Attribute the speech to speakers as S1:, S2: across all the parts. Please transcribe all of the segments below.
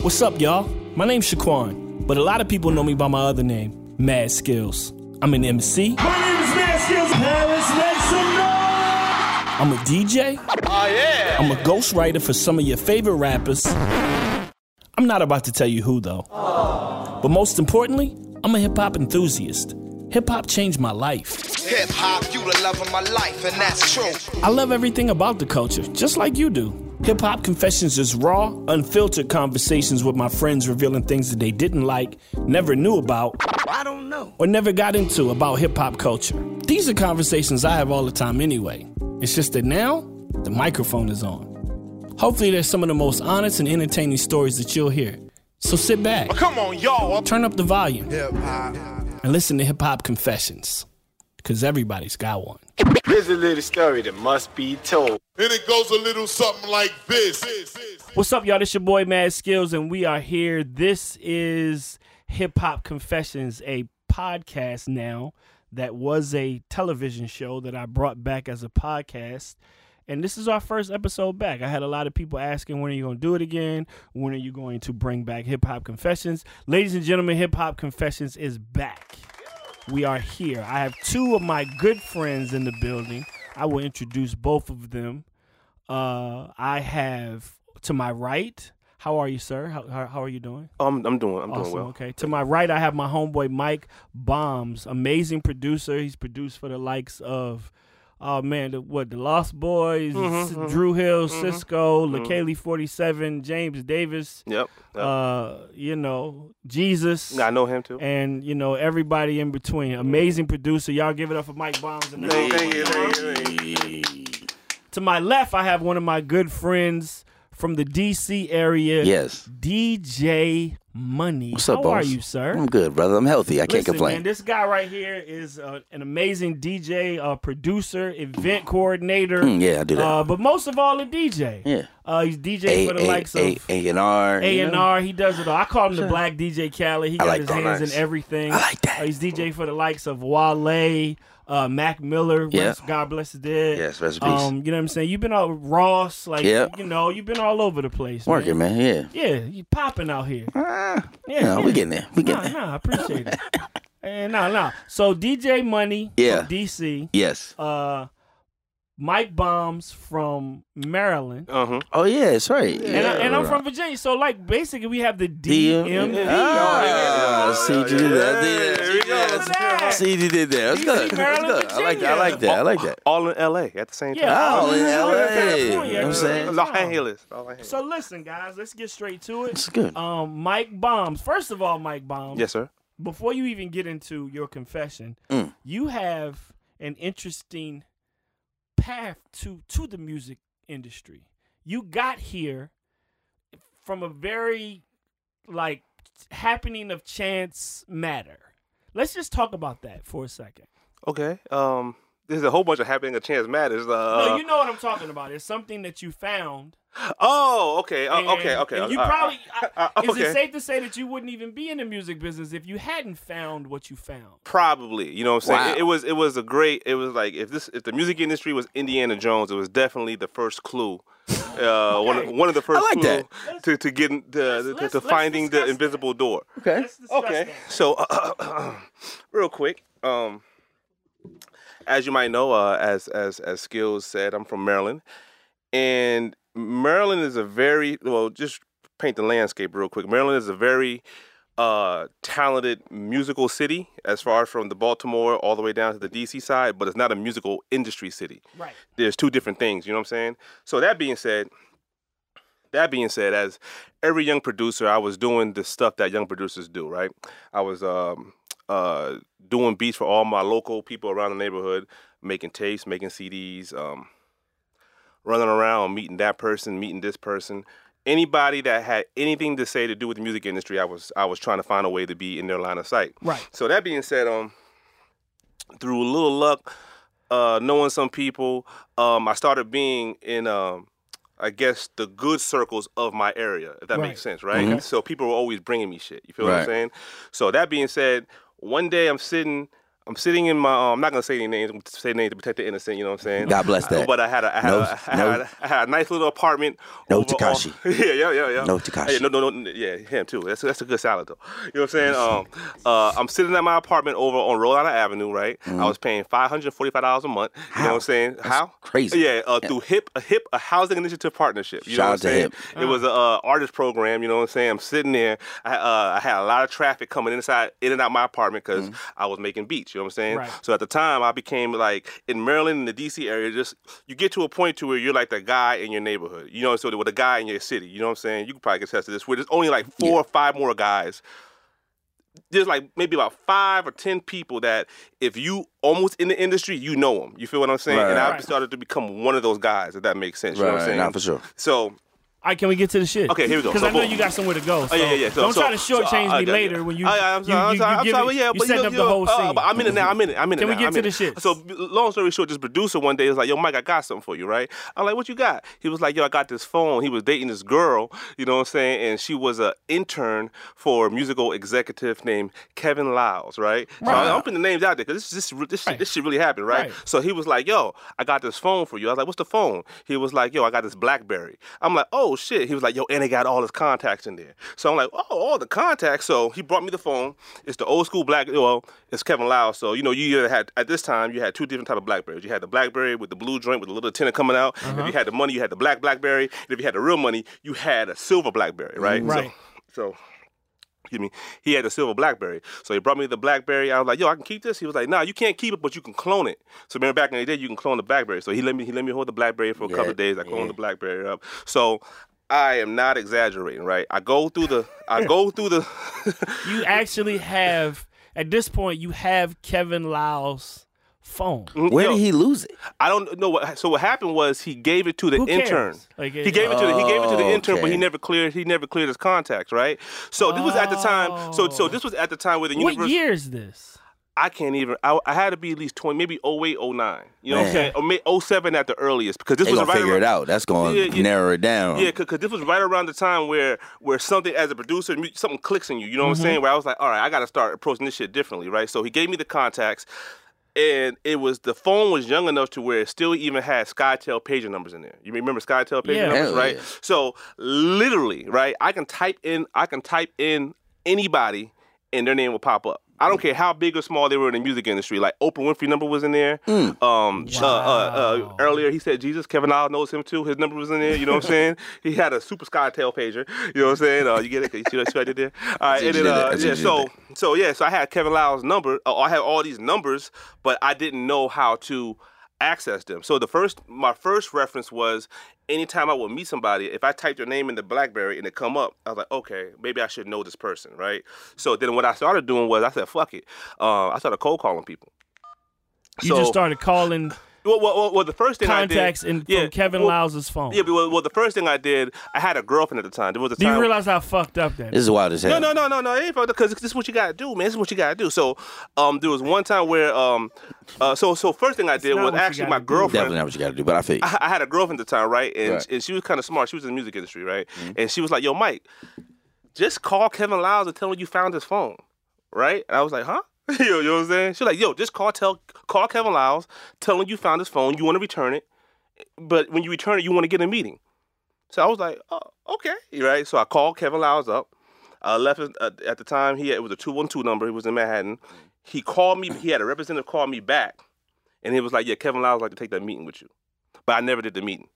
S1: What's up, y'all? My name's Shaquan, but a lot of people know me by my other name, Mad Skills. I'm an MC,
S2: My name is Matt Skills. Now let's make some noise.
S1: I'm a DJ,
S2: Oh, yeah.
S1: I'm a ghostwriter for some of your favorite rappers. I'm not about to tell you who, though.
S2: Oh.
S1: But most importantly, I'm a hip hop enthusiast. Hip hop changed my life.
S3: Hip hop, you the love of my life, and that's true.
S1: I love everything about the culture, just like you do. Hip Hop Confessions is raw, unfiltered conversations with my friends revealing things that they didn't like, never knew about,
S2: I don't know.
S1: or never got into about hip hop culture. These are conversations I have all the time anyway. It's just that now, the microphone is on. Hopefully, there's some of the most honest and entertaining stories that you'll hear. So sit back,
S2: Come on, y'all.
S1: turn up the volume, and listen to Hip Hop Confessions, because everybody's got one.
S4: Here's a little story that must be told.
S5: And it goes a little something like this.
S1: What's up, y'all? This your boy Mad Skills, and we are here. This is Hip Hop Confessions, a podcast now that was a television show that I brought back as a podcast. And this is our first episode back. I had a lot of people asking, when are you going to do it again? When are you going to bring back Hip Hop Confessions? Ladies and gentlemen, Hip Hop Confessions is back. We are here. I have two of my good friends in the building. I will introduce both of them. Uh, I have to my right. How are you, sir? How how, how are you doing?
S4: Oh, I'm, I'm doing, I'm doing well.
S1: Okay. To my right, I have my homeboy Mike Bombs, amazing producer. He's produced for the likes of, oh man, the, what the Lost Boys,
S4: Mm-hmm,
S1: S- Drew Hill, Cisco, mm Forty Seven, James Davis.
S4: Yep. yep.
S1: Uh, you know Jesus.
S4: I know him too.
S1: And you know everybody in between. Amazing producer. Y'all give it up for Mike Bombs. And To my left, I have one of my good friends from the D.C. area.
S6: Yes.
S1: DJ Money.
S6: What's up,
S1: How
S6: boss?
S1: are you, sir?
S6: I'm good, brother. I'm healthy. I can't
S1: Listen,
S6: complain.
S1: Man, this guy right here is uh, an amazing DJ, uh, producer, event coordinator.
S6: Mm, yeah, I do that.
S1: Uh, but most of all, a DJ.
S6: Yeah.
S1: Uh, he's DJ
S6: A
S1: for the
S6: A
S1: likes
S6: A
S1: of
S6: A and R.
S1: A
S6: you
S1: and
S6: know?
S1: R. He does it all. I call him the Black DJ Khaled. He got
S6: like
S1: his
S6: that.
S1: hands
S6: Nice.
S1: in everything.
S6: I like that.
S1: Uh, he's DJ for the likes of Wale, uh, Mac Miller.
S6: Yeah.
S1: Rest- God bless the dead.
S6: Yes, rest in peace.
S1: Um, you know what I'm saying? You've been all Ross, like
S6: Yeah.
S1: you know, you've been all over the place. man.
S6: Working, man. Yeah.
S1: Yeah, you popping out here.
S6: Ah,
S1: Yeah,
S6: no,
S1: yeah.
S6: we getting there. We
S1: Nah,
S6: getting there.
S1: nah, I appreciate it. And nah, nah. So DJ Money
S6: Yeah.
S1: from DC,
S6: Yes.
S1: uh, Mike Bombs from Maryland,
S4: Uh huh.
S6: Oh yeah, that's right. Yeah.
S1: and, I, and I'm from E Virginia. So like basically we have the
S6: DM.
S1: DMV.
S6: Ah, see what you did that.
S4: There we go.
S6: Yes. See what you did there. That's
S1: DC,
S6: good. That's
S1: Maryland,
S6: good. I like that. I
S1: Virginia.
S6: like that. I like that.
S4: All in LA at the same
S1: Yeah,
S6: Oh,
S1: I'm
S6: in LA.
S1: California.
S6: You know what I'm saying?
S4: time. Los Angeles. Los Angeles.
S1: So listen, guys, let's get straight to it.
S6: It's good.
S1: Um, Mike Bombs. First of all, Mike Bombs.
S4: Yes, sir.
S1: before you even get into your confession,
S6: Mm.
S1: you have an interesting path to to the music industry. You got here from a very like happening of chance matter. Let's just talk about that for a second.
S4: Okay. Um, there's a whole bunch of happening. A chance matters. Uh,
S1: no, you know what I'm talking about. It's something that you found.
S4: Oh, okay. Uh,
S1: and-
S4: okay. Okay.
S1: and you
S4: uh, uh,
S1: probably
S4: uh,
S1: I-
S4: uh,
S1: is it
S4: okay.
S1: safe to say that you wouldn't even be in the music business if you hadn't found what you found?
S4: Probably, you know what I'm saying.
S6: Wow.
S4: It, it was it was a great. It was like if this if the music industry was Indiana Jones, it was definitely the first clue. Uh, one of, one of the first
S6: like
S4: clue
S6: that.
S4: to to get in- to, to,
S1: let's-
S4: to
S1: let's
S4: finding the
S1: discuss that.
S4: invisible door.
S6: Okay.
S1: Let's discuss
S4: okay.
S1: that.
S4: So, real quick, um, as you might know, uh, as as as Skills said, I'm from Maryland, and Maryland is a very well. Just paint the landscape real quick. Maryland is a very uh, talented musical city, as far as from the Baltimore all the way down to the DC side, but it's not a musical industry city
S1: Right.
S4: there's two different things, you know what I'm saying? So that being said, that being said, as every young producer, I was doing the stuff that young producers do, right? I was um, uh, doing beats for all my local people around the neighborhood, making tapes, making CDs, um, running around, meeting that person, meeting this person. Anybody that had anything to say to do with the music industry, I was I was trying to find a way to be in their line of sight.
S1: Right.
S4: So that being said, um, through a little luck, uh, knowing some people, um, I started being in, um, I guess, the good circles of my area, if that
S1: Right.
S4: makes sense, right?
S6: Mm-hmm.
S4: So people were always bringing me shit. You feel what I'm
S6: Right.
S4: saying? So that being said, one day I'm sitting, I'm sitting in my. Um, I'm not gonna say any names. Say names to protect the innocent. You know what I'm saying?
S6: God bless that.
S4: But I had a. I had,
S6: No-
S4: a, I had,
S6: no-
S4: a, I had a nice little apartment.
S6: No
S4: over
S6: Tekashi.
S4: on- yeah, yeah, yeah, yeah.
S6: No Tekashi.
S4: Yeah, no, no, no. Yeah, him too. That's that's a good salad though. You know what I'm saying? Um, uh, I'm sitting at my apartment over on Rhode Island Avenue, right? I was paying five hundred forty-five dollars a month. You know
S6: Mm-hmm. How?
S4: what I'm saying?
S6: That's
S4: How
S6: crazy.
S4: Yeah, uh, through HIP, a HIP, a housing initiative partnership. You
S6: Shout
S4: know what
S6: out
S4: I'm
S6: to
S4: saying?
S6: HIP.
S4: It was a uh, artist program, you know what I'm saying? I'm sitting there. I, uh, I had a lot of traffic coming inside, in and out my apartment because
S6: Mm-hmm.
S4: I was making beats. You know what I'm saying?
S1: Right.
S4: So at the time, I became like in Maryland in the D.C. area. Just you get to a point to where you're like the guy in your neighborhood. You know, so with a guy in your city. You know what I'm saying? You can probably attest to this. Where there's only like four or five more guys. There's like maybe about five or ten people that if you almost in the industry, you know them. You feel what I'm saying?
S6: Right.
S4: And I
S1: Right.
S4: started to become one of those guys. If that makes sense, you know what I'm
S6: Right,
S4: saying?
S6: nah, for sure.
S4: So
S1: All right, can we get to the shit?
S4: Okay, here we go.
S1: Because
S4: So,
S1: I know
S4: boom.
S1: you got somewhere to go. So
S4: Oh, yeah, yeah, yeah. So,
S1: don't
S4: so,
S1: try to shortchange
S4: so, uh,
S1: me
S4: uh,
S1: later when you
S4: I, I'm sorry,
S1: you,
S4: I'm
S1: you,
S4: sorry,
S1: you
S4: I'm
S1: give
S4: sorry,
S1: it-
S4: yeah,
S1: you
S4: but
S1: setting
S4: you-
S1: up
S4: you-
S1: the whole
S4: uh,
S1: scene.
S4: but I'm in it now. I'm in it. I'm in it.
S1: Can we
S4: now,
S1: get
S4: I'm
S1: to
S4: in
S1: the
S4: it.
S1: shits?
S4: So, b- long story short, this producer one day was like, "Yo, Mike, I got something for you, right?" I'm like, "What you got?" He was like, "Yo, I got this phone." He was dating this girl, you know what I'm saying? And she was an intern for a musical executive named Kevin Lyles, right? So I'm putting the names out there because this this this, shit, this shit really happened, right?
S1: Right.
S4: So he was like, "Yo, I got this phone for you." I was like, "What's the phone?" He was like, "Yo, I got this BlackBerry." I'm like, "Oh shit!" He was like, "Yo, and it got all his contacts in there." So I'm like, "Oh, all the contacts." So he brought me the phone. It's the old school Black. Well, it's Kevin Lyles. So you know, you either had at this time you had two different type of Blackberries. You had the BlackBerry with the blue joint with the little antenna coming out. If you had the money, you had the black BlackBerry. And if you had the real money, you had a silver BlackBerry, right?
S1: Right.
S4: So. so excuse me, he had the silver BlackBerry. So he brought me the BlackBerry. I was like, yo, I can keep this. He was like, nah, you can't keep it, but you can clone it. So remember back in the day, you can clone the BlackBerry. So he let me he let me hold the BlackBerry for a couple of days. I cloned the BlackBerry up. So I am not exaggerating, right? I go through the I go through the
S1: you actually have at this point you have Kevin Lyles' phone.
S6: Where
S4: Yo,
S6: did he lose it?
S4: I don't know what so what happened was he gave it to the
S1: Who cares?
S4: intern.
S1: Like, uh,
S4: he gave it to the he gave it to the
S6: Oh,
S4: intern, but
S6: okay.
S4: he never cleared he never cleared his contacts, right? So this was at the time so so this was at the time where the
S1: What
S4: universe
S1: year is this?
S4: I can't even. I, I had to be at least twenty, maybe 08, 09. You know
S6: Man.
S4: what I'm saying? Or may 07 at the earliest because this
S6: They
S4: was
S6: gonna
S4: right
S6: figure
S4: around,
S6: it out. That's gonna
S4: Yeah, yeah.
S6: narrow it down.
S4: Yeah, because this was right around the time where where something as a producer, mu- something clicks in you. You know
S6: Mm-hmm.
S4: what I'm saying? Where I was like, all right, I got to start approaching this shit differently, right? So he gave me the contacts, and it was the phone was young enough to where it still even had SkyTel pager numbers in there. You remember SkyTel pager
S1: Yeah.
S4: numbers,
S6: Hell
S4: right?
S6: yeah.
S4: So literally, right? I can type in, I can type in anybody, and their name will pop up. I don't care how big or small they were in the music industry. Like Oprah Winfrey number was in there.
S6: Mm.
S4: Um, uh, uh, uh, earlier he said Jesus. Kevin Isle knows him too. His number was in there. You know what I'm saying? He had a super skytail pager. You know what I'm saying? Uh, you get it? 'Cause You see what, see what I did there? All right. And
S6: you
S4: then,
S6: did
S4: uh,
S6: that. I see
S4: yeah.
S6: what you
S4: So
S6: did
S4: so yeah. So I had Kevin Lyle's number. Uh, I had all these numbers, but I didn't know how to access them. So the first, my first reference was anytime I would meet somebody, if I typed their name in the BlackBerry and it come up, I was like, okay, maybe I should know this person, right? So then what I started doing was I said, fuck it. Uh, I started cold calling people.
S1: You
S4: So-
S1: just started calling
S4: Well, well, well, well, the first thing
S1: contacts
S4: I did,
S1: in, from Kevin
S4: well,
S1: Lyles' phone.
S4: Yeah, but, well, well, the first thing I did, I had a girlfriend at the time. There was a
S1: Do
S4: time.
S1: you realize how fucked up that
S6: This
S1: is?
S6: is wild as hell.
S4: No, no, no, no, no. It ain't because this is what you gotta do, man. This is what you gotta do. So, um, there was one time where, um, uh, so so first thing I did
S1: not
S4: was
S1: what you
S4: actually my
S1: gotta do.
S4: girlfriend.
S6: Definitely not what you gotta do, but I feel you.
S4: I, I had a girlfriend at the time, right? And,
S6: Right.
S4: and she was kind of smart. She was in the music industry, right? And she was like, "Yo, Mike, just call Kevin Lyles and tell him you found his phone, right?" And I was like, "Huh." you know you know what I'm saying? She's like, yo, just call tell call Kevin Lyles, tell him you found his phone, you want to return it, but when you return it, you want to get in a meeting. So I was like, oh, okay, right? So I called Kevin Lyles up. I left his, uh, at the time he had, it was a two one two number. He was in Manhattan. He called me. He had a representative call me back, and he was like, "Yeah, Kevin Lyles would like to take that meeting with you," but I never did the meeting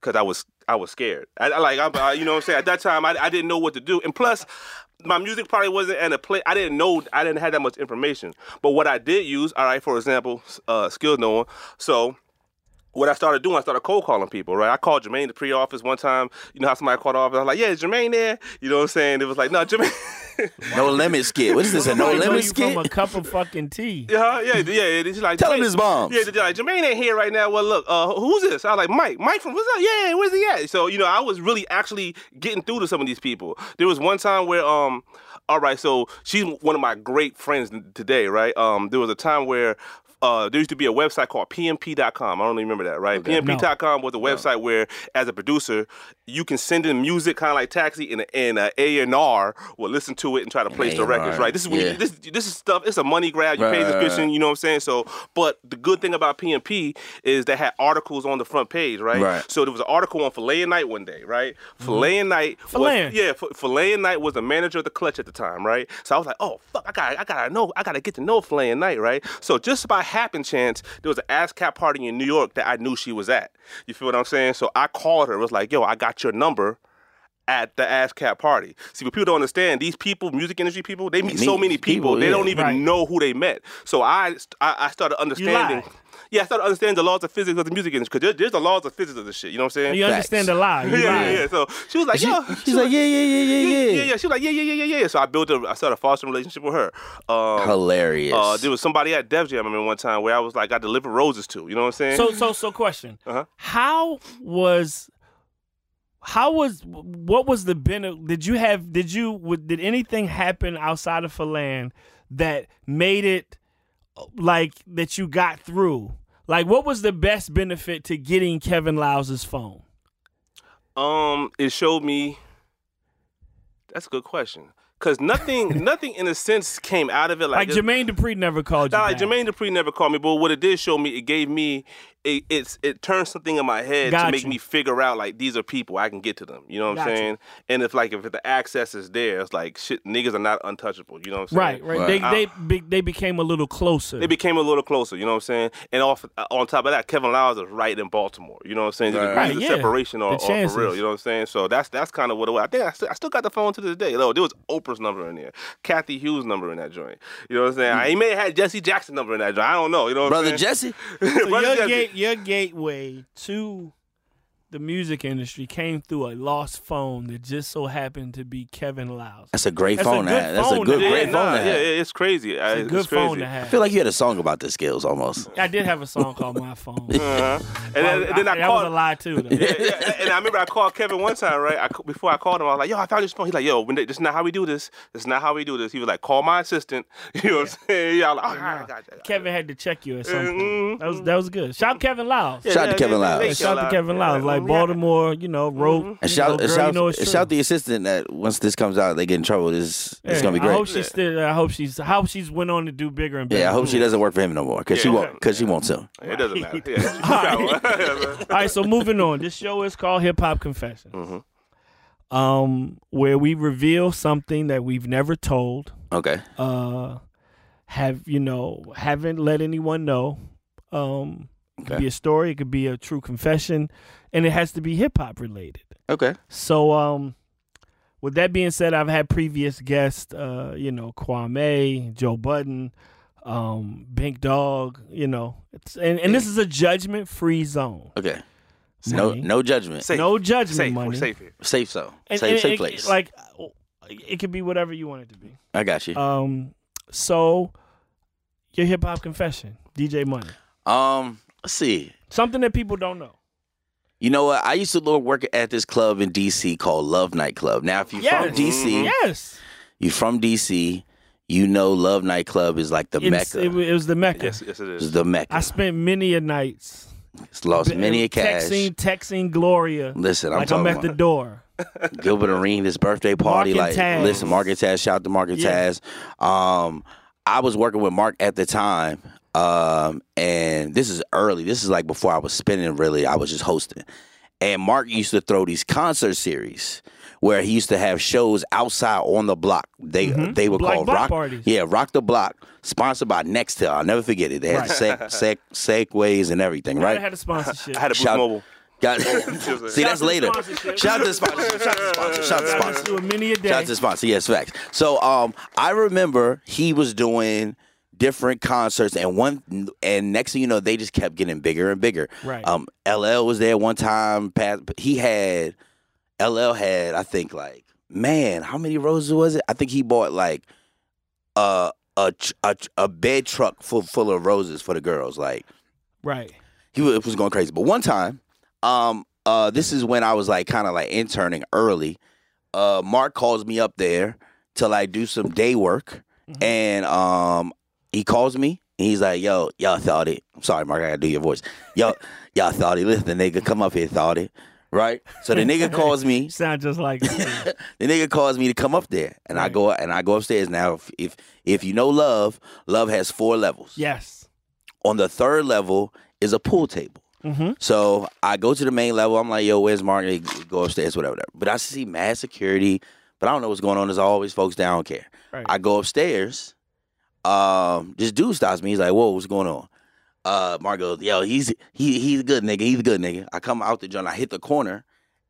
S4: because I was I was scared. I, I like I'm, I, you know what I'm saying. At that time, I, I didn't know what to do, and plus, my music probably wasn't in a play. I didn't know I didn't have that much information. But what I did use, all right, for example, s- uh, skills knowing. So what I started doing, I started cold calling people, right? I called Jermaine the pre-office one time. You know how somebody called the office? I was like, yeah, is Jermaine there? You know what I'm saying? It was like, no, Jermaine.
S6: No limit skit. What is this? A no
S1: Somebody know
S6: limit
S1: you from a
S6: skit?
S1: cup of fucking tea.
S4: yeah, yeah, yeah. yeah. It's like,
S6: Tell him
S4: Jermaine-
S6: his bombs.
S4: Yeah, they're like, Jermaine ain't here right now. Well, look, uh, who's this? I was like, Mike. Mike from what's up? Yeah, where's he at? So, you know, I was really actually getting through to some of these people. There was one time where, um, all right, so she's one of my great friends today, right? Um, there was a time where uh, there used to be a website called PMP.com. I don't even remember that, right? PMP.com was a website where, as a producer, you can send in music, kind of like Taxi, and and uh, A and R will listen to it and try to place the
S6: A&R,
S4: records, right? This is when
S6: yeah.
S4: you, this this is stuff. It's a money grab. You pay
S6: Right,
S4: the
S6: right,
S4: subscription.
S6: right.
S4: You know what I'm saying? So, but the good thing about PMP is they had articles on the front page, right?
S6: Right. Mm-hmm.
S4: So there was an article on Filet and Knight one day, right? Filet and Knight. was-
S1: Filet.
S4: yeah, F- Filet and Knight was the manager of the Clutch at the time, right? So I was like, oh fuck, I got, to I gotta know, I gotta get to know Filet and Knight, right? So just by happen chance, there was an ASCAP party in New York that I knew she was at. You feel what I'm saying? So I called her. Was like, yo, I got your number. At the ASCAP party. See, what people don't understand, these people, music industry people, they meet
S6: Meet
S4: so many people,
S6: people,
S4: they
S6: yeah.
S4: don't even
S1: Right.
S4: know who they met. So I, I, I started understanding.
S1: lied.
S4: Yeah, I started understanding the laws of physics of the music industry because there, there's the laws of physics of this shit. You know what I'm saying?
S1: You understand the lie. You
S4: yeah, yeah,
S1: lying.
S4: yeah. So she was like, yo. she
S6: She's like, yeah, yeah, yeah, yeah,
S4: yeah,
S6: yeah.
S4: yeah. She was like, yeah, yeah, yeah, yeah, yeah. So I built a, I started fostering a relationship with her.
S1: Oh.
S4: Um,
S6: Hilarious.
S4: uh, there was somebody at Dev Jam I mean, one time where I was like, I delivered roses to. You know what I'm saying?
S1: So so so question.
S4: Uh-huh.
S1: How was how was what was the benefit? Did you have did you would- did anything happen outside of Falan that made it uh, like that you got through? Like what was the best benefit to getting Kevin Louse's phone?
S4: Um, it showed me. That's a good question. Cause nothing, nothing in a sense came out of it like,
S1: Like
S4: it-
S1: Jermaine Dupri never called you.
S4: Nah,
S1: back.
S4: Jermaine Dupri never called me, but what it did show me, it gave me, it, it's it turned something in my head
S1: Got
S4: to make
S1: you.
S4: me figure out like these are people I can get to them. You know what
S1: Got you.
S4: I'm saying? And if like if the access is there, it's like shit, niggas are not untouchable. You know what I'm saying?
S1: Right, right. They
S4: I-
S1: they be, they became a little closer.
S4: they became a little closer, you know what I'm saying? And off on top of that, Kevin Lyles is right in Baltimore, you know what I'm saying? The
S6: Right.
S4: degrees
S1: Right,
S4: of
S1: yeah.
S4: separation
S1: The
S4: are, are
S1: chances.
S4: for real, you know what I'm saying? So that's that's kind of what it was. I think I still, I still got the phone to this day. Though there was Oprah's number in there, Kathy Hughes' number in that joint. You know what I'm saying?
S1: Mm.
S4: I may have had Jesse Jackson number in that joint. I don't know. You know what
S6: Brother
S4: I'm saying?
S6: Jesse.
S1: so
S4: Brother
S1: your,
S4: Jesse.
S1: gate, your gateway to the music industry came through a lost phone that just so happened to be Kevin Lyles.
S6: That's a great
S1: That's a
S6: phone to
S1: good
S6: have. That's a
S1: phone
S6: good,
S1: to
S6: great
S4: yeah,
S6: phone
S4: nah,
S6: to
S4: yeah,
S6: have.
S4: yeah, it's crazy. I,
S1: a
S4: it's
S1: good
S4: crazy.
S1: phone to
S6: I
S1: have.
S6: feel like you had a song about the skills almost.
S1: I did have a song called My Phone.
S4: Uh-huh. And then, and then I,
S1: that
S4: called.
S1: was a lie too. Though.
S4: yeah, yeah. And I remember I called Kevin one time, right? I, before I called him, I was like, "Yo, I found your phone." He's like, "Yo, when they, this is not how we do this. This is not how we do this." He was like, "Call my assistant." You know what I'm saying? Yeah, I'm like, "All right, I got that."
S1: Kevin had to check you at some point.
S6: Mm-hmm.
S4: Mhm.
S1: That was that was good. Shout Kevin Lyles.
S4: Yeah,
S6: Shout out to
S4: yeah,
S6: Kevin
S4: yeah,
S6: Lyles.
S4: yeah,
S1: Shout out to Kevin
S4: yeah,
S1: Lyles,
S4: yeah,
S1: like
S4: yeah.
S1: Baltimore, you know, road.
S6: Mm-hmm. And
S1: you
S6: shout,
S1: know,
S6: and
S1: girl,
S6: shout,
S1: you know
S6: and
S1: it's true.
S6: shout the assistant that once this comes out, they get in trouble. This it's
S1: Yeah,
S6: gonna be
S1: I hope
S6: great.
S1: she's still. I hope she's. I hope she's went on to do bigger and better.
S6: Yeah, I hope she
S1: too.
S6: doesn't work for him no more because she
S4: Yeah.
S6: won't. Because she won't soon.
S4: It doesn't matter. Yeah,
S1: All right, so moving on. This show is called Hip Hop Confessions,
S6: Mm-hmm.
S1: um, where we reveal something that we've never told,
S6: Okay.
S1: uh, have you know, haven't let anyone know. Um, it could
S6: Okay.
S1: be a story, it could be a true confession, and it has to be hip hop related.
S6: Okay.
S1: So, um, with that being said, I've had previous guests, uh, you know, Kwame, Joe Budden, um, Bink Dog, you know, it's, and, and this is a judgment free zone.
S6: Okay. No,
S1: Money.
S6: no judgment.
S4: Safe.
S1: No judgment
S4: safe. We're
S1: money.
S4: safe here.
S6: Safe so.
S1: And-
S6: safe,
S1: and
S6: safe
S1: it-
S6: place.
S1: Like it could be whatever you want it to be.
S6: I got you.
S1: Um, so your hip hop confession, DJ Money,
S6: um, let's see.
S1: something that people don't know.
S6: You know what? I used to lo- work at this club in DC called Love Night Club. Now, if you're from
S1: Yes.
S6: DC,
S1: Yes,
S6: you're from DC, you know Love Night Club is like the
S1: It's-
S6: mecca.
S1: It, wa- it was the mecca.
S4: Yes, yes, it
S6: it's
S4: is.
S6: the mecca.
S1: I spent many a nights.
S6: it's lost many a cash.
S1: Texting, texting Gloria.
S6: Listen, I'm
S1: like
S6: talking
S1: I'm at
S6: about
S1: the door.
S6: Gilbert Arene, this birthday party.
S1: Mark
S6: like,
S1: and Taz.
S6: listen, Mark and Taz, shout out to Mark and
S1: Yeah.
S6: Taz. Um, I was working with Mark at the time, um, and this is early. This is like before I was spinning, really. I was just hosting. And Mark used to throw these concert series where he used to have shows outside on the block. They they were
S1: Like Mm-hmm. block
S6: called Rock
S1: parties.
S6: Yeah, Rock the Block, sponsored by Nextel. I'll never forget it. They had seg, seg, segways and everything,
S1: I
S6: right?
S1: had a sponsorship.
S4: I had a Boost
S6: Shout-
S4: Mobile.
S6: Got, see,
S1: Shout out
S6: that's
S1: to
S6: later.
S1: sponsorship.
S6: Shout out to sponsor. Shout out to sponsor. Shout out to
S1: I was
S6: sponsor.
S1: doing many a day.
S6: Shout out to sponsor. Yes, facts. So um, I remember he was doing different concerts, and one and next thing you know, they just kept getting bigger and bigger.
S1: Right.
S6: Um, LL was there one time. Pat, he had LL had I think like man, how many roses was it? I think he bought like uh, a tr- a tr- a bed truck full full of roses for the girls. Like
S1: right.
S6: he was, was going crazy. But one time, um, uh, this is when I was like kind of like interning early. Uh, Mark calls me up there to like do some day work, and um, he calls me And he's like, yo, y'all thought it. I'm sorry, Mark, I gotta do your voice. Yo, y'all thought it. Listen, nigga, come up here, thought it. Right? So the nigga calls me.
S1: Sound just like him.
S6: The nigga calls me to come up there. And I go and I go upstairs. Now if, if if you know love, love has four levels.
S1: yes.
S6: On the third level is a pool table.
S1: Mm-hmm.
S6: So I go to the main level. I'm like, yo, where's Mark? They go upstairs, whatever, whatever. But I see mad security, but I don't know what's going on. There's always folks down, I don't care.
S1: Right.
S6: I go upstairs. Um, this dude stops me. He's like, whoa, what's going on? Uh, Mark goes, yo, he's he he's a good nigga. He's a good nigga. I come out the joint. I hit the corner,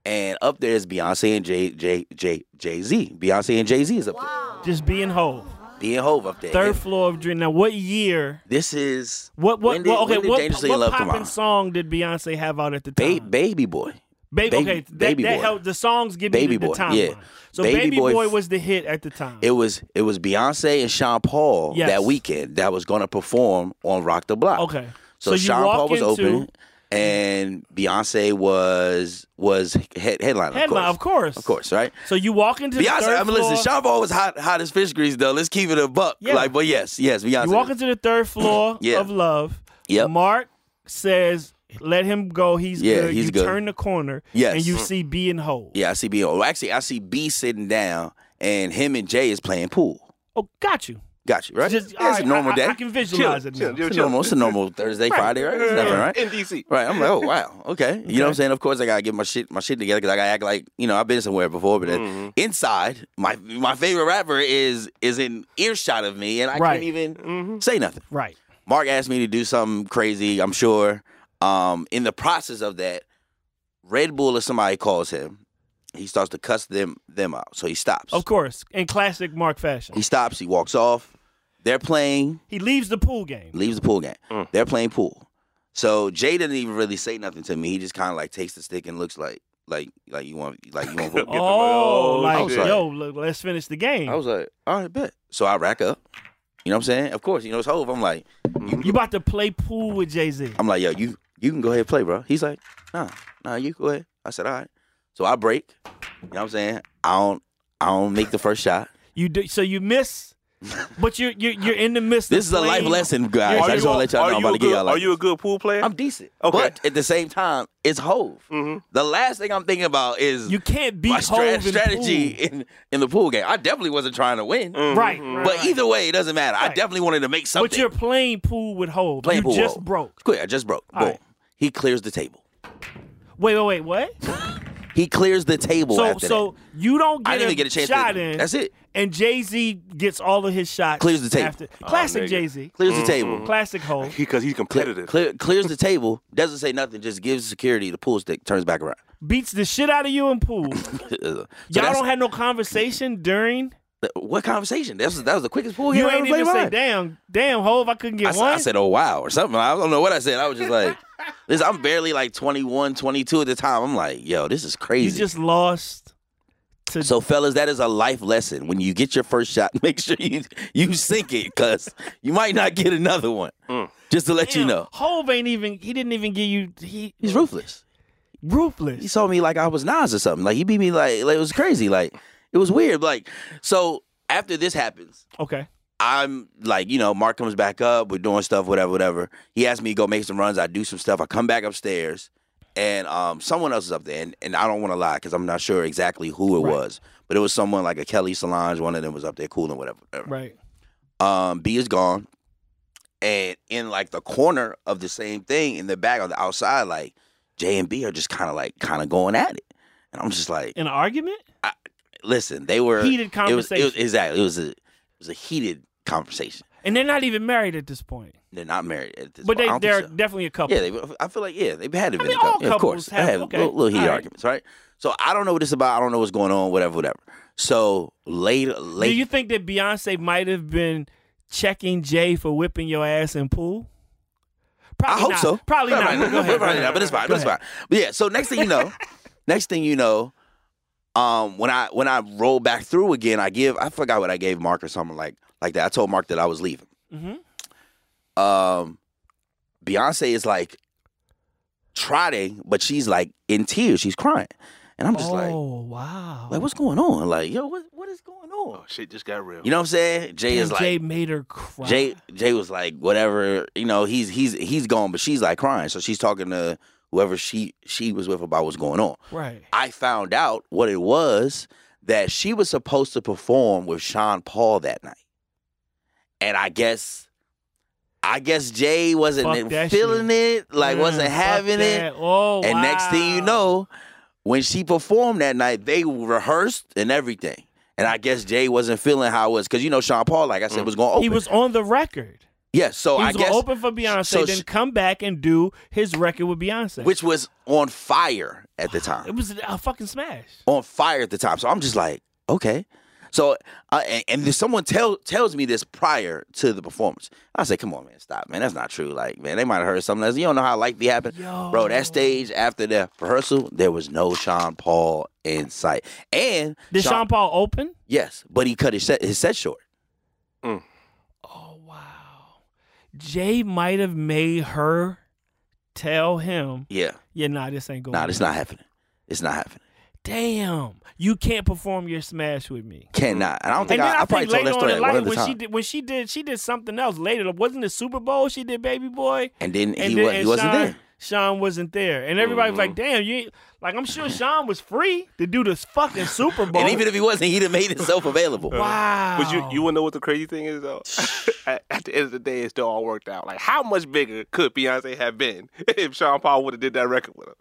S6: and up there is Beyonce and Jay Jay Jay Jay Z. Beyonce and Jay Z is up
S1: Just being whole.
S6: there. Being Hove up there.
S1: Third
S6: And
S1: floor of Dream. Now, what year?
S6: this is
S1: What what,
S6: When did-
S1: what okay?
S6: when did
S1: What,
S6: Dangerously
S1: what
S6: in Love come
S1: poppin'
S6: out?
S1: song did Beyonce have out at the time?
S6: ba- baby boy.
S1: Baby,
S6: Baby-
S1: okay, that,
S6: Baby
S1: that
S6: Boy.
S1: helped. The songs give
S6: Baby
S1: me the,
S6: Boy,
S1: time.
S6: yeah.
S1: So Baby,
S6: Baby
S1: Boy,
S6: Boy-
S1: was the hit at the time.
S6: It was it was Beyonce and Sean Paul
S1: Yes.
S6: that weekend that was gonna perform on Rock the Block.
S1: okay.
S6: So,
S1: you
S6: Sean
S1: walk
S6: Paul was
S1: into-
S6: open and Beyonce was was head, headline.
S1: Headline,
S6: of
S1: of
S6: course.
S1: course.
S6: Of course, right?
S1: So you walk into the
S6: Beyonce,
S1: third
S6: I mean, listen,
S1: floor-
S6: Sean Paul was hot, hot as fish grease, though. Let's keep it a buck.
S1: Yeah.
S6: Like, but yes, yes, Beyonce.
S1: You walk into the third floor
S6: Yeah.
S1: of love.
S6: Yep.
S1: Mark says, "Let him go. He's
S6: Yeah,
S1: good."
S6: he's
S1: you
S6: good.
S1: turn the corner.
S6: Yes.
S1: And you see B and Hole.
S6: yeah, I see B. Well, actually, I see B sitting down, and him and Jay is playing pool.
S1: Oh, got you.
S6: Got you, right?
S1: Just
S6: Yeah, it's
S1: all
S6: a
S1: right,
S6: normal
S1: I-
S6: day.
S1: I, I can visualize it. now.
S4: Chill, chill,
S6: it's, a
S4: chill.
S6: normal, it's a normal Thursday, Friday, right? It's nothing, right?
S4: In DC.
S6: Right. I'm like, oh wow, okay. You know what I'm saying? Of course, I gotta get my shit my shit together because I gotta act like you know I've been somewhere before. But then inside, my my favorite rapper is is in earshot of me, and I
S1: Right.
S6: can't even say nothing.
S1: Right.
S6: Mark asked me to do something crazy. I'm sure. Um, in the process of that, Red Bull or somebody calls him. He starts to cuss them them out, so he stops.
S1: Of course. In classic Mark fashion,
S6: He stops. He walks off. They're playing
S1: he leaves the pool game.
S6: leaves the pool game.
S4: Mm.
S6: They're playing pool. So Jay didn't even really say nothing to me. He just kind of like takes the stick and looks like like like you want like you want vote.
S4: the-
S1: Oh,
S4: oh,
S1: like
S6: shit.
S1: yo, look, let's finish the game.
S6: I was like, all right, bet. So I rack up. You know what I'm saying? Of course, you know it's Hove. I'm like,
S1: you about to play pool with Jay Z?
S6: I'm like, yo, you you can go ahead and play, bro. He's like, nah, nah, you go ahead. I said, all right. So I break. You know what I'm saying? I don't I don't make the first shot.
S1: You do so you miss, but you're you're you're in the midst.
S6: This is
S1: of
S6: a life
S1: playing.
S6: lesson, guys. I just want to let y'all know I'm about to give y'all.
S4: Are
S6: like-
S4: you a good pool player?
S6: I'm decent,
S4: Okay. Mm-hmm.
S6: but at the same time, it's Hove. The last thing I'm thinking about is
S1: You can't beat
S6: my stra-
S1: Hov in
S6: strategy
S1: pool.
S6: in, in the pool game. I definitely wasn't trying to win,
S1: Right, right,
S6: but
S1: right.
S6: either way, it doesn't matter. I
S1: Right.
S6: definitely wanted to make something.
S1: But you're playing pool with Hov.
S6: playing
S1: you
S6: pool.
S1: just
S6: Hove.
S1: broke.
S6: Quick, I just broke.
S1: All
S6: Boom.
S1: right.
S6: He clears the table.
S1: Wait, wait, wait. What?
S6: He clears the table.
S1: so
S6: after
S1: so
S6: that.
S1: you don't get,
S6: I didn't
S1: a,
S6: even get a chance.
S1: shot
S6: to,
S1: in.
S6: That's it.
S1: And Jay Z gets all of his shots.
S6: Clears the Oh, table.
S1: After. Classic
S4: nigga.
S1: Jay Z.
S6: Clears the table.
S1: Classic Hov.
S4: because he's competitive.
S6: Clear, clears the table. Doesn't say nothing. Just gives security the pool stick. Turns back around.
S1: Beats the shit out of you in pool.
S6: So
S1: Y'all
S6: that's-
S1: don't have no conversation during.
S6: what conversation? That was, that was the quickest pool game
S1: You
S6: I ever
S1: ain't even
S6: played in my
S1: say,
S6: life.
S1: "Damn, damn, Hov, I couldn't
S6: I,
S1: get
S6: s-
S1: one."
S6: I said, oh, wow, or something. I don't know what I said. I was just like, this, I'm barely like 21, 22 at the time. I'm like, yo, this is
S1: "You
S6: crazy.
S1: just lost." To
S6: so, fellas, that is a life lesson. When you get your first shot, make sure you, you sink it because you might not get another one. Just to let
S1: Damn,
S6: you know,
S1: Hov ain't even. He didn't even give you. He
S6: he's ruthless.
S1: ruthless.
S6: He saw me like I was Nas or something. Like, he beat me like, like it was crazy. Like, it was weird. Like, so after this happens,
S1: Okay.
S6: I'm like, you know, Mark comes back up. We're doing stuff, whatever, whatever. He asked me to go make some runs. I do some stuff. I come back upstairs, and um, someone else is up there. And, and I don't want to lie because I'm not sure exactly who it was, but it was someone like a Kelly Solange. One of them was up there cooling, whatever. whatever.
S1: Right.
S6: Um, B is gone, and in like the corner of the same thing in the back on the outside, like J and B are just kind of like kind of going at it. And I'm just like,
S1: In an argument?
S6: listen, they were
S1: Heated
S6: it was- It was,
S1: conversation.
S6: exactly. It was a it was a heated conversation.
S1: And they're not even married at this point.
S6: They're not married at this
S1: But
S6: point.
S1: they
S6: I don't think
S1: they're
S6: so.
S1: definitely a couple.
S6: Yeah, they, I feel like yeah, they've had it.
S1: I mean,
S6: in a couple-
S1: all
S6: yeah, of
S1: couples
S6: course,
S1: have-
S6: I had
S1: okay,
S6: little, little heated
S1: all right.
S6: arguments, right? So I don't know what it's about. I don't know what's going on. Whatever, whatever. So later,
S1: Do
S6: later,
S1: you think that Beyonce might have been checking Jay for whipping your ass in pool? Probably
S6: I hope
S1: not.
S6: so.
S1: Probably
S6: Right,
S1: not.
S6: right,
S1: but Go ahead.
S6: right, right, But it's
S1: Go
S6: fine. But it's fine.
S1: ahead.
S6: But yeah. So next thing you know, next thing you know, um, when I when I roll back through again, I give I forgot what I gave Mark or something like like that. I told Mark that I was leaving.
S1: Mm-hmm.
S6: Um, Beyonce is like trotting, but she's like in tears. She's crying, And I'm just
S1: oh
S6: like,
S1: wow!
S6: like what's going on? Like, yo, what what is going on?
S4: Oh, shit just got real.
S6: You know what I'm saying? Jay
S1: Damn,
S6: is like
S1: Jay made her cry.
S6: Jay Jay was like, whatever, you know, he's he's he's gone, but she's like crying. So she's talking to whoever she she was with about what's going on.
S1: right?
S6: I found out what it was that she was supposed to perform with Sean Paul that night. And I guess I guess Jay wasn't
S1: Fuck that
S6: feeling it, like
S1: Yeah,
S6: wasn't
S1: fuck
S6: having it.
S1: that. Oh,
S6: And next thing you
S1: wow.
S6: know, when she performed that night, they rehearsed and everything. And I guess Jay wasn't feeling how it was because you know Sean Paul, like I said, was going to open.
S1: Mm. he was on the record.
S6: yeah, so
S1: He
S6: I
S1: was gonna
S6: guess
S1: open for Beyonce,
S6: so
S1: then
S6: she-
S1: come back and do his record with Beyonce,
S6: which was on fire at the time.
S1: it was a fucking smash.
S6: on fire at the time. So I'm just like, okay. So uh, and, and then someone tell, tells me this prior to the performance. I say, come on, man, stop, man. That's not true. Like, man, they might have heard something else. You don't know how likely happened, bro. That stage after the rehearsal, there was no Sean Paul in sight. And
S1: Did Sean, Paul open?
S6: yes, but he cut his set, his set short.
S1: Oh wow! Jay might have made her tell him,
S6: Yeah,
S1: "Yeah, nah, this ain't going."
S6: nah, it's not happening. It's not happening.
S1: Damn, you can't perform your smash with me.
S6: Cannot. And I don't
S1: And
S6: think
S1: then
S6: I,
S1: I,
S6: I probably
S1: think later
S6: told that
S1: on
S6: story
S1: in
S6: at one
S1: life,
S6: other
S1: when she
S6: time.
S1: did when she did she did something else later. Wasn't it Super Bowl? She did Baby Boy,
S6: and then he
S1: then-
S6: was he wasn't
S1: Sean,
S6: there. Mm-hmm.
S1: Sean wasn't there, and everybody was like, "Damn, you!" ain't-" Like I'm sure Sean was free to do this fucking Super Bowl.
S6: And even if he wasn't, he'd have made himself available.
S1: Uh, wow,
S4: But you you wanna know what the crazy thing is though? at, at the end of the day, it still all worked out. Like how much bigger could Beyonce have been if Sean Paul would have did that record with him?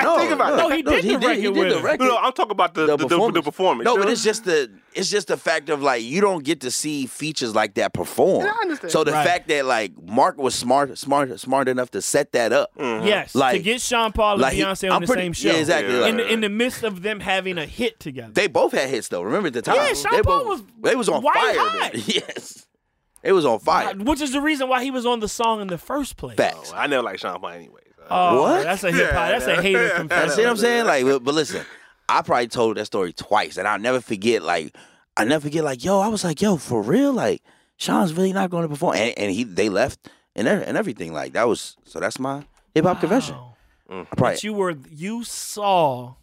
S6: No,
S4: think about it.
S1: No, he did the record
S6: he did
S1: with
S6: the
S1: him.
S6: record.
S4: No, no, I'm talking about the the, the, performance. the performance.
S6: No,
S4: you know?
S6: but it's just the it's just the fact of like you don't get to see features like that perform.
S4: I understand.
S6: So the
S1: Right.
S6: fact that like Mark was smart smart smart enough to set that up.
S1: yes, to
S6: like-
S1: get Sean Paul and
S6: like he-
S1: Beyonce
S6: I'm
S1: on the
S6: pretty-
S1: same show,
S6: yeah, exactly,
S1: in,
S6: like-
S1: the, in the midst of them having a hit together.
S6: They both had hits though. Remember at the time?
S1: Yeah, Sean
S6: they
S1: Paul
S6: both-
S1: was
S6: they was on
S1: white
S6: fire.
S1: hot.
S6: then. yes, it was on fire.
S1: which is the reason why he was on the song in the first place.
S6: Facts.
S4: Oh, I never liked Sean Paul anyway.
S1: Oh,
S6: What?
S1: That's a hip hop. That's a hater confession.
S6: See what I'm saying? Like, but, but listen, I probably told that story twice, and I'll never forget. Like, I never forget. Like, yo, I was like, yo, for real, like, Sean's really not going to perform, and, and he they left and ev- and everything. Like, that was so. That's my hip hop confession. I probably
S1: But you were you saw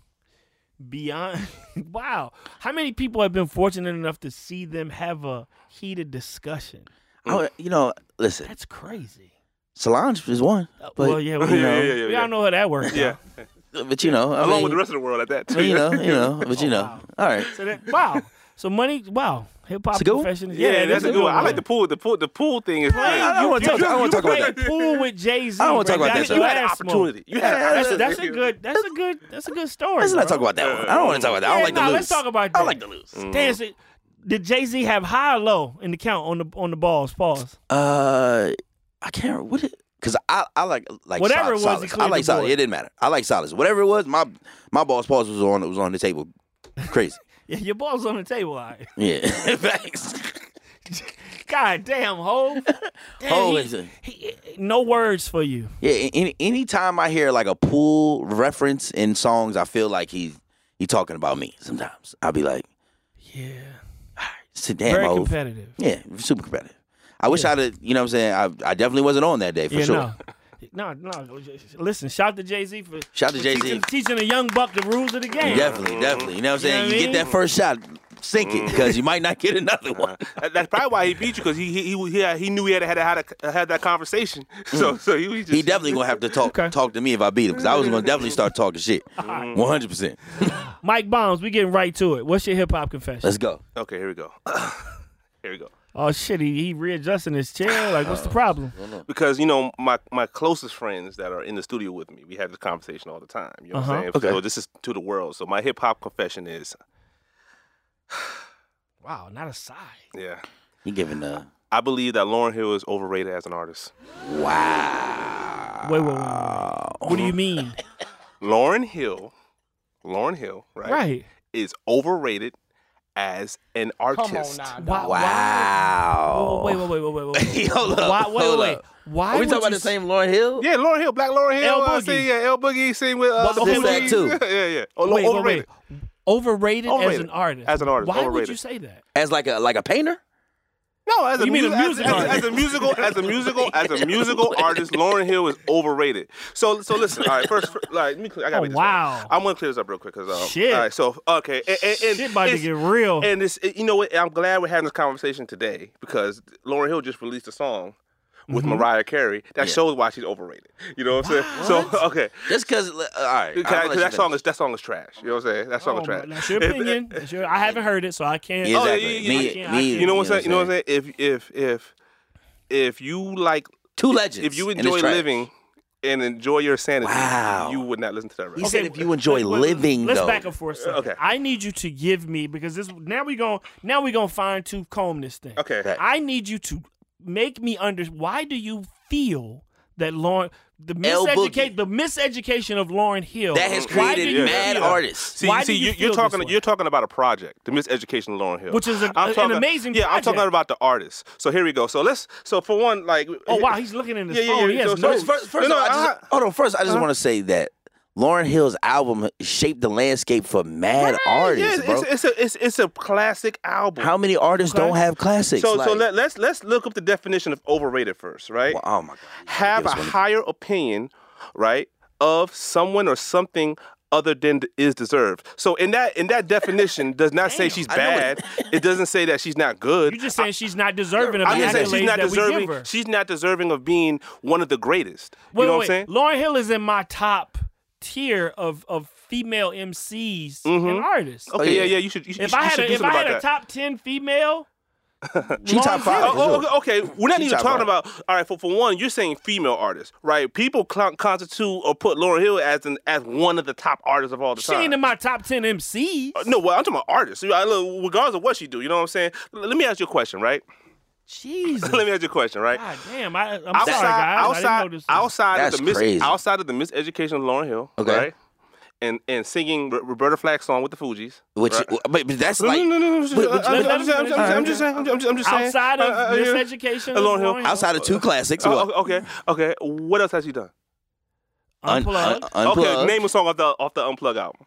S1: beyond wow how many people have been fortunate enough to see them have a heated discussion
S6: I would- you know, listen,
S1: that's crazy
S6: Solange is one,
S1: Uh,
S6: but
S1: well yeah we,
S4: Yeah,
S1: know.
S4: yeah, yeah,
S1: we
S4: yeah.
S1: all know how that works
S4: Yeah.
S1: out.
S6: but you know, I
S4: Along
S6: mean,
S4: with the rest of the world at that too.
S6: but, you know, you know, but you know,
S1: Oh,
S6: all right.
S1: so that, wow so money wow hip hop
S6: It's a good one?
S1: profession is-
S4: Yeah, that's a good one. I like
S1: the
S4: the pool. The pool. The pool thing is.
S1: Hey,
S6: I don't
S1: you-
S6: wanna talk-
S1: you-
S6: I don't wanna
S1: you
S6: talk about
S1: played
S6: that.
S1: Pool with Jay Z.
S6: I don't wanna talk about that shit.
S4: you had an opportunity. You had an
S1: That's a,
S4: opportunity.
S1: that's a good. That's a good. That's a good story.
S6: Let's not
S1: bro.
S6: talk about that one. I don't want to talk about that. I
S1: Yeah,
S6: don't like
S1: nah,
S6: to lose.
S1: Let's talk about that.
S6: I don't like to lose. Mm-hmm.
S1: Damn, so- did Jay Z have high or low in the count on the on the balls? Pause.
S6: Uh, I can't. What it? Because I, I like like
S1: Whatever
S6: sol-
S1: it was,
S6: solids.
S1: he
S6: I
S1: cleared
S6: like
S1: the
S6: solids.
S1: board.
S6: It didn't matter. I like solids. Whatever it was, my my boss pause was on. It was on the table. Crazy.
S1: Yeah, your balls on the table. All right.
S6: yeah. Thanks.
S1: God damn, ho. Damn,
S6: Ho
S1: he-
S6: is a-
S1: he- no words for you.
S6: Yeah. Any anytime I hear like a pool reference in songs, I feel like he he talking about me. Sometimes I'll be like,
S1: Yeah,
S6: sit down,
S1: very
S6: Hov."
S1: competitive.
S6: Yeah, super competitive. I wish I'd, have- you know, what I'm saying, I, I definitely wasn't on that day for
S1: yeah,
S6: sure.
S1: no, no, no. Listen, shout to Jay Z for
S6: Shout to
S1: for
S6: Jay-Z.
S1: teaching, teaching a young buck the rules of the game.
S6: Definitely, definitely. You know what I'm
S1: You know what I
S6: saying? You get
S1: mean? Uh-huh.
S6: that first shot, sink it, because you might not get another one.
S4: That- That's probably why he beat you because he he he, uh, he, he knew he had had had, a, had that conversation. So so he was just
S6: Mm. He definitely gonna have to talk
S1: Okay. Mm-hmm.
S6: talk to me if I beat him because I was gonna definitely start talking shit. One hundred percent.
S1: Mike Bombs, we getting right to it. What's your hip hop confession?
S6: Let's go.
S4: Okay, here we go. here we go.
S1: oh shit, he, he readjusting his chair. Like,
S6: Uh,
S1: what's the problem?
S4: Because you know my my closest friends that are in the studio with me, we have this conversation all the time. You know
S1: Uh-huh.
S4: what I'm saying?
S6: Okay.
S4: So this is to the world. So my hip hop confession is,
S1: Wow, not a sigh.
S4: yeah,
S6: You giving the
S4: I believe that Lauren Hill is overrated as an artist.
S6: wow.
S1: Wait, wait, wait. wait, wait. What do you mean?
S4: Lauren Hill, Lauren Hill, right?
S1: right.
S4: Is overrated as an artist.
S1: Why,
S6: Wow.
S1: Why, wait, wait, wait, wait, wait, wait.
S6: Hold up,
S1: why, wait,
S6: hold
S1: wait.
S6: up.
S1: Why
S6: Are we
S1: would
S6: talking about
S1: you
S6: the same Lauren Hill?
S4: Yeah, Lauren Hill, Black Lauren Hill. uh,
S1: El
S4: I
S1: Boogie.
S4: sing, yeah, El Boogie sing with uh,
S6: But
S4: the
S6: who
S4: Boogie.
S6: that too?
S4: yeah, yeah. Oh,
S1: Wait, wait,
S4: overrated.
S1: wait. Overrated, as
S4: Overrated.
S1: an artist.
S4: As an artist,
S1: Why would you
S4: overrated.
S1: say that?
S6: As like a like a painter?
S4: No, as a,
S1: You mean a
S4: mus- as-
S1: music
S4: as-
S1: artist.
S4: as a musical, as a musical, as a musical artist, Lauren Hill is overrated. So, so listen. All right, first, like, let me clear, I gotta
S1: Oh,
S4: make this
S1: wow.
S4: Clear. I'm gonna clear this up real quick because um,
S1: Shit.
S4: All right, so okay, and, and, and
S1: Shit about to
S4: it's-
S1: get real.
S4: And this, you know what? I'm glad we're having this conversation today because Lauren Hill just released a song. With
S1: Mm-hmm.
S4: Mariah Carey, that shows why she's overrated. You know what I'm saying? So okay,
S6: Just because, all right.
S4: Can I- 'cause that song is that song is trash. You know what I'm saying? That song
S1: Oh,
S4: is
S1: my-
S4: trash.
S1: that's your
S4: If-
S1: opinion. That's your- I haven't heard it, so I can't.
S4: Oh, yeah,
S6: Exactly.
S4: yeah,
S1: yeah,
S6: me,
S1: I can't- I
S6: me,
S1: can't-
S4: You know what I'm saying? You know what I'm saying? If if if if you like
S6: Two legends.
S4: if you
S6: and
S4: enjoy
S6: it's trash.
S4: living and enjoy your sanity,
S6: Wow.
S4: you would not listen to that
S6: He
S4: record.
S6: said
S1: Okay,
S6: if you enjoy
S1: let's-
S6: living,
S1: let's
S6: though.
S1: back up for a second.
S4: Okay.
S1: I need you to give me because this now we going now we gonna fine tooth comb this thing.
S4: Okay.
S6: Okay.
S1: I need you to make me under. Why do you feel that Lauren the
S6: L Boogie.
S1: miseducate the miseducation of Lauren Hill
S6: That has
S1: why do you
S6: created mad
S1: feel-
S6: artists.
S4: See,
S1: Why
S4: see,
S1: do you
S4: you, you're
S1: feel this
S4: talking.
S1: way?
S4: You're talking about a project, the miseducation of Lauren Hill,
S1: Which is a-
S4: I'm
S1: an amazing
S4: Yeah, I'm talking
S1: project.
S4: about the artist. So here we go. So let's. So for one, like.
S1: Oh wow, he's looking in his
S4: Yeah, yeah,
S1: phone.
S4: yeah.
S1: He
S4: So-
S1: has
S4: so
S1: no.
S4: it's
S6: First, first
S4: No,
S6: of
S4: no,
S6: all, I just,
S4: I- Uh-huh.
S6: hold on. First, I just want to say that Lauren Hill's album shaped the landscape for mad artists,
S4: yeah,
S6: bro.
S4: It's, it's a it's, it's a classic album.
S6: How many artists
S1: Okay.
S6: don't have classics?
S4: so so
S6: Like-
S4: let, let's let's look up the definition of overrated first, right?
S6: Well, oh my god!
S4: have
S6: Give
S4: a
S6: us one.
S4: higher opinion, right, of someone or something other than d- is deserved. So in that in that definition does not say she's
S6: I know
S4: bad. It doesn't say that she's not good.
S1: You're just saying she's not deserving of
S4: I'm
S1: the
S4: just saying
S1: accolades
S4: she's not
S1: that we give
S4: deserving.
S1: her.
S4: She's not deserving of being one of the greatest.
S1: Wait,
S4: you know
S1: wait,
S4: what I'm saying?
S1: Lauren Hill is in my top tier of of female MCs and artists.
S4: okay, yeah,
S6: Oh, yeah.
S4: yeah. You should. Mm-hmm. Oh, You,
S1: If
S4: should- you
S1: I had
S4: should
S1: a,
S4: do
S1: if I
S4: something
S1: had
S4: about
S1: a
S4: that.
S1: top ten female,
S6: She top five.
S4: Oh,
S6: for
S4: oh,
S6: sure.
S4: okay, okay. We're not
S6: She
S4: even
S6: top
S4: talking
S6: five.
S4: about. All right, for, for one, you're saying female artists, right? People cl- constitute or put Lauren Hill as an as one of the top artists of all the
S1: she
S4: time.
S1: ain't in my top ten MCs.
S4: Uh, No, well, I'm talking about artists. You- I love- Regardless of what she do, you know what I'm saying. L- Let me ask you a question, right?
S1: Jesus,
S4: Let me ask you a question, right?
S1: God damn! I, I'm
S4: Outside,
S1: sorry, guys. I
S4: outside,
S1: didn't know this.
S4: outside
S6: That's
S4: of the mis-
S6: crazy.
S4: outside of the miseducation of Lauren Hill,
S6: Okay.
S4: right? And and singing R- Roberta Flack's song with the Fugees.
S6: Which, but, but that's like
S4: no, no, no.
S6: Wait, what-
S4: I'm-
S1: what-
S4: I'm just- I'm just- I'm just saying. I'm just- I'm just saying.
S1: outside
S4: Uh, uh,
S1: of
S4: yeah.
S1: this education,
S4: Lauren Hill.
S6: outside of two classics.
S4: Oh,
S6: what?
S4: okay, okay. What else has she done?
S6: Un-
S4: uh,
S1: unplugged.
S6: un- unplugged.
S4: Okay, name a song off the off the Unplug album.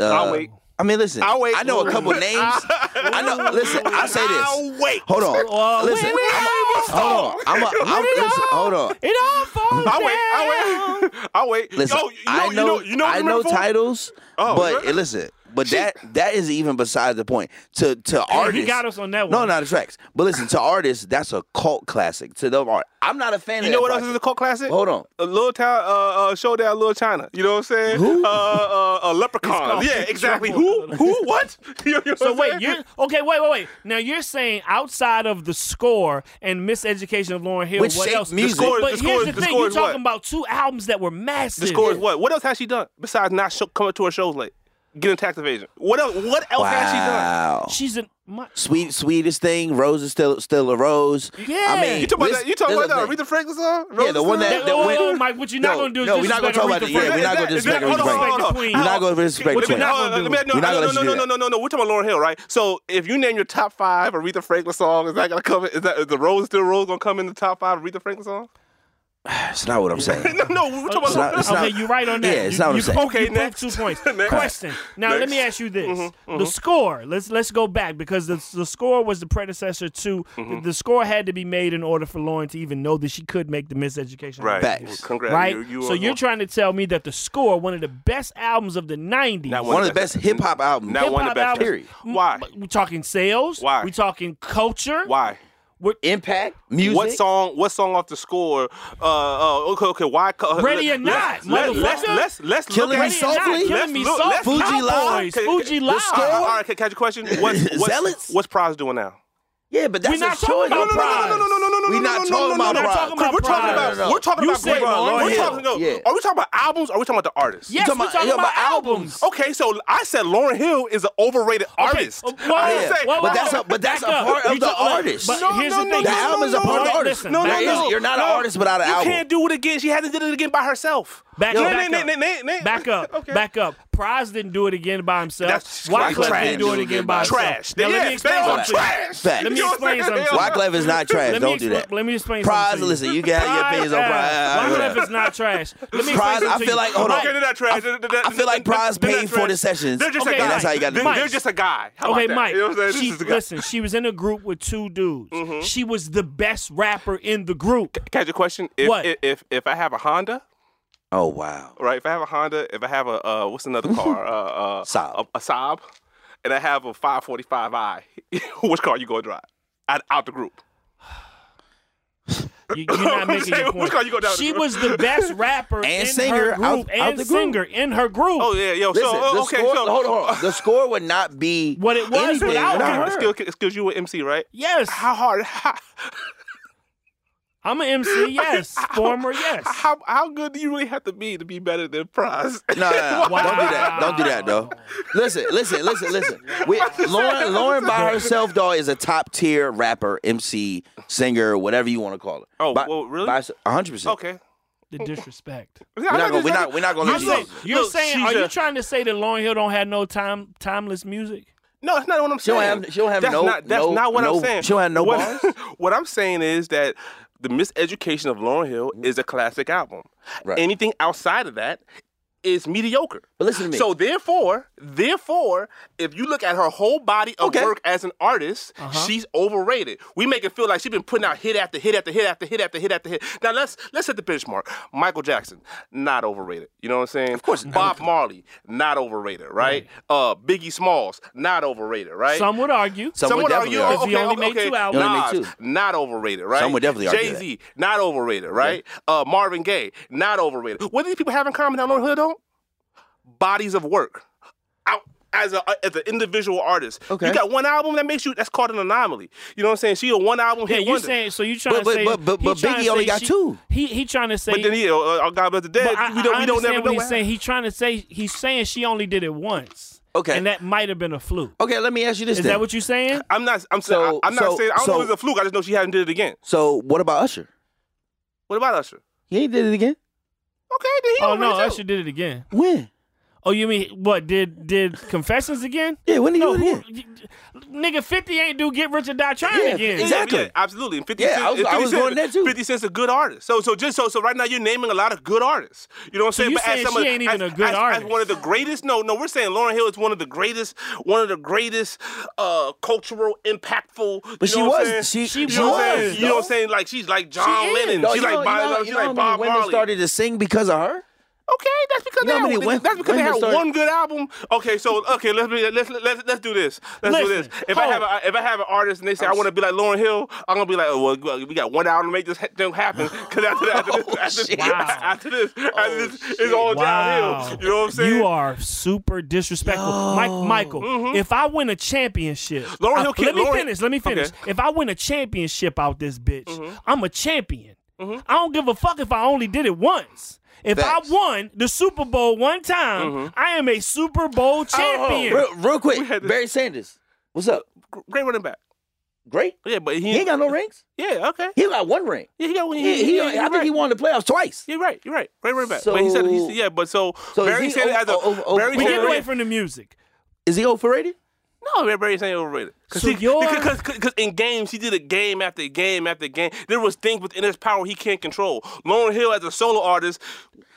S6: Uh,
S4: I'll wait.
S6: I mean, listen.
S4: I'll wait.
S6: I know a couple names. I know. Listen, I'll say this.
S4: I'll wait.
S6: Hold on.
S1: Well,
S6: listen.
S1: when it
S6: I'm a, hold on. I'm a, I'm, listen, hold on.
S1: it all falls
S4: I'll wait.
S1: down.
S4: I'll wait. I'll wait.
S6: Listen,
S4: Yo, you know,
S6: I
S4: you know,
S6: know,
S4: you know,
S6: I know
S4: remember Fool?
S6: titles,
S4: Oh,
S6: but
S4: remember-
S6: listen, but that that is even beside the point. To to artists,
S1: got us on that
S6: No,
S1: one.
S6: not the facts. But listen, to artists, that's a cult classic. To them, art, I'm not a fan.
S4: You
S6: of
S4: know
S6: that
S4: what else
S6: project.
S4: is a cult classic?
S6: Hold on.
S4: A little town, uh, uh, showdown, little China. You know what I'm saying?
S6: Who?
S4: Uh, uh, a leprechaun.
S1: called
S4: Yeah,
S1: Big
S4: exactly.
S1: Trouble.
S4: Who? Who? What? You know what
S1: So
S4: I'm
S1: wait,
S4: saying?
S1: you're okay. Wait, wait, wait. Now you're saying outside of the score and miseducation of Lauren Hill,
S6: Which
S1: what
S6: shaped
S1: else?
S6: music. The
S4: score is-
S1: but
S4: the
S1: here's
S4: score
S1: the
S4: is- the
S1: thing:
S4: score
S1: you're
S4: is what?
S1: talking about two albums that were massive.
S4: The score is what? What else has she done besides not show, coming to her shows late, getting tax evasion? What else? What else has she done?
S6: Wow.
S1: She's in my,
S6: Sweet, sweetest thing. Rose is still still a rose.
S1: Yeah.
S6: I mean,
S1: You
S4: You talking about
S6: listen-
S4: that? You talking about that?
S6: listen,
S4: Aretha Franklin song?
S6: Yeah, the one
S1: That-
S6: that, that
S1: oh,
S6: went.
S1: oh, Mike, what you're not
S6: No,
S1: gonna do is
S6: no, we're not gonna
S1: disrespect
S6: talk about
S1: Aretha
S6: that. Yeah, we're not gonna
S4: Franklin.
S6: disrespect
S4: Hold
S6: Aretha
S4: on, hold on,
S6: Franklin.
S4: hold on.
S1: We're
S6: We're not gonna disrespect
S1: What
S6: Aretha
S1: you
S4: Wait a minute,
S1: not
S6: Franklin.
S1: gonna
S4: hold
S1: do?
S4: on, let me-
S6: You're not
S4: No,
S6: gonna
S4: no, no, no,
S6: see that.
S4: no, no, no, no, We're talking about Lauren Hill, right? So if you name your top five Aretha Franklin songs, is that gonna come? Is that is the Rose Still Rose gonna come in the top five Aretha Franklin songs?
S6: That's not what I'm saying.
S4: No, no. We're talking
S6: It's not-
S4: about.
S6: it's not-
S1: okay, you're right on that.
S6: Yeah, it's
S1: you,
S6: not what
S1: you,
S6: I'm saying.
S1: Okay,
S4: Okay,
S1: you proved
S4: next.
S1: two points.
S4: Next. Mm-hmm,
S1: Question. Now let me ask you this: the score. Let's let's go back because the the score was the predecessor to
S4: Mm-hmm.
S1: the, the score had to be made in order for Lauren to even know that she could make the miseducation.
S4: Right.
S6: Facts.
S4: Congrats.
S1: Right.
S4: You, you
S1: so
S4: are
S1: you're trying to tell me that the score, one of the best albums of the '90s,
S4: Not
S6: One of the best hip hop albums.
S4: Not one
S1: Hip-hop
S4: of the best.
S1: albums.
S4: Period. Why?
S1: We're talking sales.
S4: Why?
S1: We're talking culture.
S4: Why?
S6: Impact music.
S4: What song? What song off the score? Uh, uh okay, okay. Why? co-
S1: Ready or
S4: let-
S1: not,
S4: Let,
S1: motherfucker.
S4: let's let's let's
S6: Killing
S4: look at
S6: Me
S1: Ready or not,
S6: Softly?
S1: Killing
S4: Let's
S1: me
S4: look-
S1: softly.
S4: let's-
S6: Fuji
S1: Cowboys,
S6: Live?
S1: Fuji
S4: The
S1: Live.
S4: score? All right, can, can I ask you a question? What's, what's,
S6: Zealots?
S4: What's Prize doing now?
S6: Yeah, but that's
S1: We're not
S6: a choice.
S1: talking about
S4: no, no, no, no, no, no, no, no,
S6: We're
S4: no,
S6: not
S4: no,
S6: talking
S4: no,
S6: about
S4: no,
S1: We're
S4: no,
S1: not
S6: pride.
S1: talking about
S4: We're talking
S1: pride.
S4: about we're talking
S1: You
S4: about
S1: said
S4: great.
S1: Lauren
S4: We're
S1: Hill.
S4: talking no.
S6: Yeah.
S4: Are we talking about albums? Or are we talking about the artists?
S1: Yes,
S6: talking
S1: we're
S6: about-
S1: talking
S6: yeah,
S1: about
S6: about
S1: albums.
S6: albums.
S4: Okay, so I said Lauren Hill is an overrated artist.
S1: Oh, whoa,
S4: I
S1: whoa,
S4: didn't say.
S1: whoa,
S6: but
S1: whoa,
S6: that's
S1: whoa.
S6: a- but that's
S1: Back
S6: a
S1: up.
S6: part of
S1: You
S6: the
S1: talk- but-
S6: artist.
S1: But
S4: No,
S1: here's
S4: no,
S1: the
S4: no,
S1: thing.
S4: no,
S6: The
S4: no,
S6: album is a
S4: no,
S6: part of
S4: no,
S6: the artist.
S1: listen,
S4: No, no,
S1: back
S4: no,
S1: up.
S6: You're not an
S4: no.
S6: artist without an
S4: you
S6: album.
S4: can't do it again. She hasn't did it again by herself.
S1: Back
S4: Yo,
S1: up,
S4: nay,
S1: back
S4: nay,
S1: up.
S4: nay, nay, nay.
S1: Back up,
S4: Okay.
S1: back up. Prize didn't do it again by himself.
S4: That's
S1: Wyclef
S6: trash.
S1: didn't do it again by
S4: Trash.
S1: himself. Now,
S4: Yeah,
S1: let me explain
S4: they are
S1: something.
S4: trash.
S1: Let me
S6: Facts.
S1: explain something.
S6: Wyclef is not
S1: Let
S6: trash.
S1: me
S6: Don't do
S1: explain
S6: that.
S1: Let me explain.
S6: Prize,
S1: something to you.
S6: listen, you got your opinions on prize.
S1: Why would
S6: I-
S1: if it's not trash? Let me explain
S6: Prize,
S1: something
S6: I
S1: to
S6: feel
S1: you.
S6: like- hold on.
S4: Okay, they're not trash. They're- they're-
S6: I feel like
S4: they're-
S6: Prize
S4: they're not
S6: paid for the
S4: trash.
S6: sessions.
S4: They're just
S1: Okay,
S4: a guy.
S1: And that's how you
S6: gotta
S4: They're-
S6: do it.
S4: They're just a guy. How
S1: Okay,
S4: about that?
S1: Mike.
S4: You know what I'm saying? This
S1: she,
S4: is a guy.
S1: listen, she was in a group with two dudes. She was the best rapper in the group.
S4: Can I ask you a question? If,
S1: What?
S4: If, if if I have a Honda,
S6: Oh wow.
S4: right? If I have a Honda, if I have a uh, what's another car? Uh, uh,
S6: Saab.
S4: A, a Saab, and I have a 545i. Which car you gonna drive? Out, out the group.
S1: You, are not
S4: I'm
S1: making
S4: saying,
S1: your
S4: which
S1: point.
S4: car you gonna do?
S1: she was the best rapper
S6: And
S1: in
S6: singer
S1: her
S6: out-
S1: group
S6: out
S1: and
S6: the group.
S1: singer in her group.
S4: Oh yeah, yo.
S6: Listen,
S4: so oh,
S6: the
S4: okay,
S6: score,
S4: so
S6: hold on, hold on. The score would not be
S1: What it was
S6: anything
S1: without
S6: without
S1: her.
S6: her.
S4: Skill, skills you with MC, right?
S1: Yes,
S4: How hard? How,
S1: I'm an MC. Yes, former. Yes.
S4: how how good do you really have to be to be better than Prize?
S6: No, no, no.
S1: Wow.
S6: Don't do that. Don't do that, though. Listen, listen, listen, listen. We, Lauren, Lauren by herself, though, is a top tier rapper, MC, singer, whatever you want to call it.
S4: Oh,
S6: By-
S4: well, really?
S6: by herse- a hundred percent.
S4: okay.
S1: The disrespect.
S6: We're not gonna, we're not, we're not gonna
S1: You're
S6: let you.
S1: saying, you're
S4: Look,
S1: saying
S4: she's
S1: are you
S4: a-
S1: trying to say that Lauren Hill don't have no time timeless music?
S4: No, that's not what I'm
S6: She
S4: saying.
S6: don't have- she don't have
S4: that's
S6: no-
S4: Not, that's
S6: no-
S4: not what
S6: no-
S4: I'm saying.
S6: she don't have no
S4: what,
S6: bars?
S4: what I'm saying is that the miseducation of Lauren Hill is a classic album.
S6: Mm-hmm. Right.
S4: Anything outside of that is mediocre.
S6: But listen to me.
S4: So therefore, therefore, if you look at her whole body of
S6: Okay.
S4: work as an artist, she's overrated. We make it feel like she's been putting out hit after hit after hit after hit after hit after hit. Now let's let's hit the benchmark. Michael Jackson, not overrated. You know what I'm saying? Of course. Bob Marley, not overrated, right? Uh, Biggie Smalls, not overrated, right?
S1: Some would argue.
S6: Some
S4: Someone
S6: would definitely
S4: argue,
S6: argue.
S4: oh,
S1: Because he
S4: okay,
S1: only
S4: okay,
S1: made
S4: okay.
S1: two albums.
S6: He only
S4: Nas,
S6: made two.
S4: not overrated, right?
S6: Some would definitely argue
S4: Jay Z, not overrated, right? Uh, Marvin Gaye, not overrated. What do these people have in common down on Hood though? Bodies of work. Out as a uh, as an individual artist.
S6: Okay.
S4: You got one album that makes you that's called an anomaly. You know what I'm saying? She a one album
S1: Yeah,
S4: hit
S1: you
S4: wonder.
S1: saying so? You trying
S6: But- but-
S1: to say?
S6: but- but-
S1: he
S6: but
S1: trying
S6: Biggie
S1: to
S6: only
S1: say
S6: got
S1: she-
S6: two.
S1: He he trying to say.
S4: but then he, uh, uh, God bless the dead.
S1: But I,
S4: we don't
S1: I
S4: we don't
S1: understand
S4: never
S1: what
S4: know
S1: he's
S4: happened.
S1: saying. He's trying to say he's saying she only did it once.
S6: Okay.
S1: and that might have been a fluke.
S6: Okay, let me ask you this
S1: Is
S6: then.
S1: that what you're saying?
S4: I'm not. I'm
S6: So-
S4: saying. I'm not
S6: so-
S4: saying. I don't
S6: so-
S4: know if it's a fluke. I just know she hasn't did it again.
S6: so what about Usher?
S4: What about Usher?
S6: He ain't did it again.
S4: Okay, then he
S1: Oh
S4: overrated
S1: no,
S4: too.
S1: Usher did it again.
S6: When?
S1: Oh, you mean what? Did did Confessions again?
S6: Yeah, when did
S1: No,
S6: he do it
S1: who,
S6: again?
S1: nigga, Fifty ain't do Get Rich or Die Trying
S6: Yeah,
S1: again.
S6: exactly.
S4: Yeah, absolutely. And 50
S6: Yeah,
S4: Cent-
S6: I was-
S4: and
S6: I
S4: 50
S6: was
S4: Cent-
S6: going there, too.
S4: 50 Cent's a good artist. So so just so so right now you're naming a lot of good artists. You know what I'm
S1: So
S4: saying?
S1: you
S4: as
S1: saying
S4: some of
S1: she
S4: the-
S1: ain't even
S4: as-
S1: a good
S4: as-
S1: artist.
S4: As one of the greatest. No, no, we're saying Lauren Hill is one of the greatest, one of the greatest uh cultural impactful.
S6: But
S4: you know
S6: she
S4: what I'm
S6: was.
S4: saying?
S6: She, she
S1: You
S4: you know what I'm saying?
S6: was.
S4: You know what I'm
S6: though.
S4: saying? Like she's like John
S1: is.
S4: Lennon.
S6: Dog,
S4: She
S6: you
S4: like
S6: know-
S4: Bob.
S6: you know-
S4: she
S6: you know how
S4: like
S6: many
S4: Bob
S6: women
S4: Marley.
S6: started to sing because of her.
S4: Okay, that's because
S6: You know
S4: they
S6: how
S4: had,
S6: many women-
S4: that's because they
S6: women
S4: had
S6: started-
S4: one good album. Okay, so okay, let's be- let's let's let's do this. Let's do
S1: Listen,
S4: this. If I have a, if I have an artist and they say I want to be like Lauren Hill, I'm gonna be like, oh, well, we got one album to make this ha- thing happen. Because after that, after this, after,
S6: Oh, shit. Oh,
S4: this after this, after this, it's all
S1: Wow.
S4: downhill. You know what I'm saying?
S1: You are super disrespectful. Mike Michael,
S4: Mm-hmm.
S1: if I win a championship,
S4: Lauryn
S1: I-
S4: Hill
S1: let
S4: can't-
S1: me
S4: Lauryn-
S1: finish. Let me finish. If I win a championship out this bitch,
S4: Mm-hmm.
S1: I'm a champion. I don't give a fuck if I only did it once. If
S6: Facts.
S1: I won the Super Bowl one time,
S4: Mm-hmm.
S1: I am a Super
S4: Oh,
S1: Bowl champion.
S6: Real, real quick,
S4: had this-
S6: Barry Sanders. What's up?
S4: great running back.
S6: Great.
S4: Yeah, but he,
S6: He ain't got no rings.
S4: Yeah, okay.
S6: He got one ring.
S4: Yeah, he got one.
S6: Yeah, he,
S4: you're
S6: I think he
S4: right.
S6: won the playoffs twice.
S4: You're right. You're right. Great running back. but he said,
S6: So-
S4: he's, yeah, but so,
S6: So is
S4: Barry
S6: he
S4: Sanders
S6: o-
S4: as a
S6: o- o-
S4: Barry
S1: We
S6: Yeah,
S1: get
S4: Sanders-
S1: away from the music.
S6: Is he overrated?
S4: No, everybody's saying overrated. Cause
S1: So
S4: he,
S1: you're-
S4: because, because, because in games he did it game after game after game. There was things within his power he can't control. Lauren Hill as a solo artist,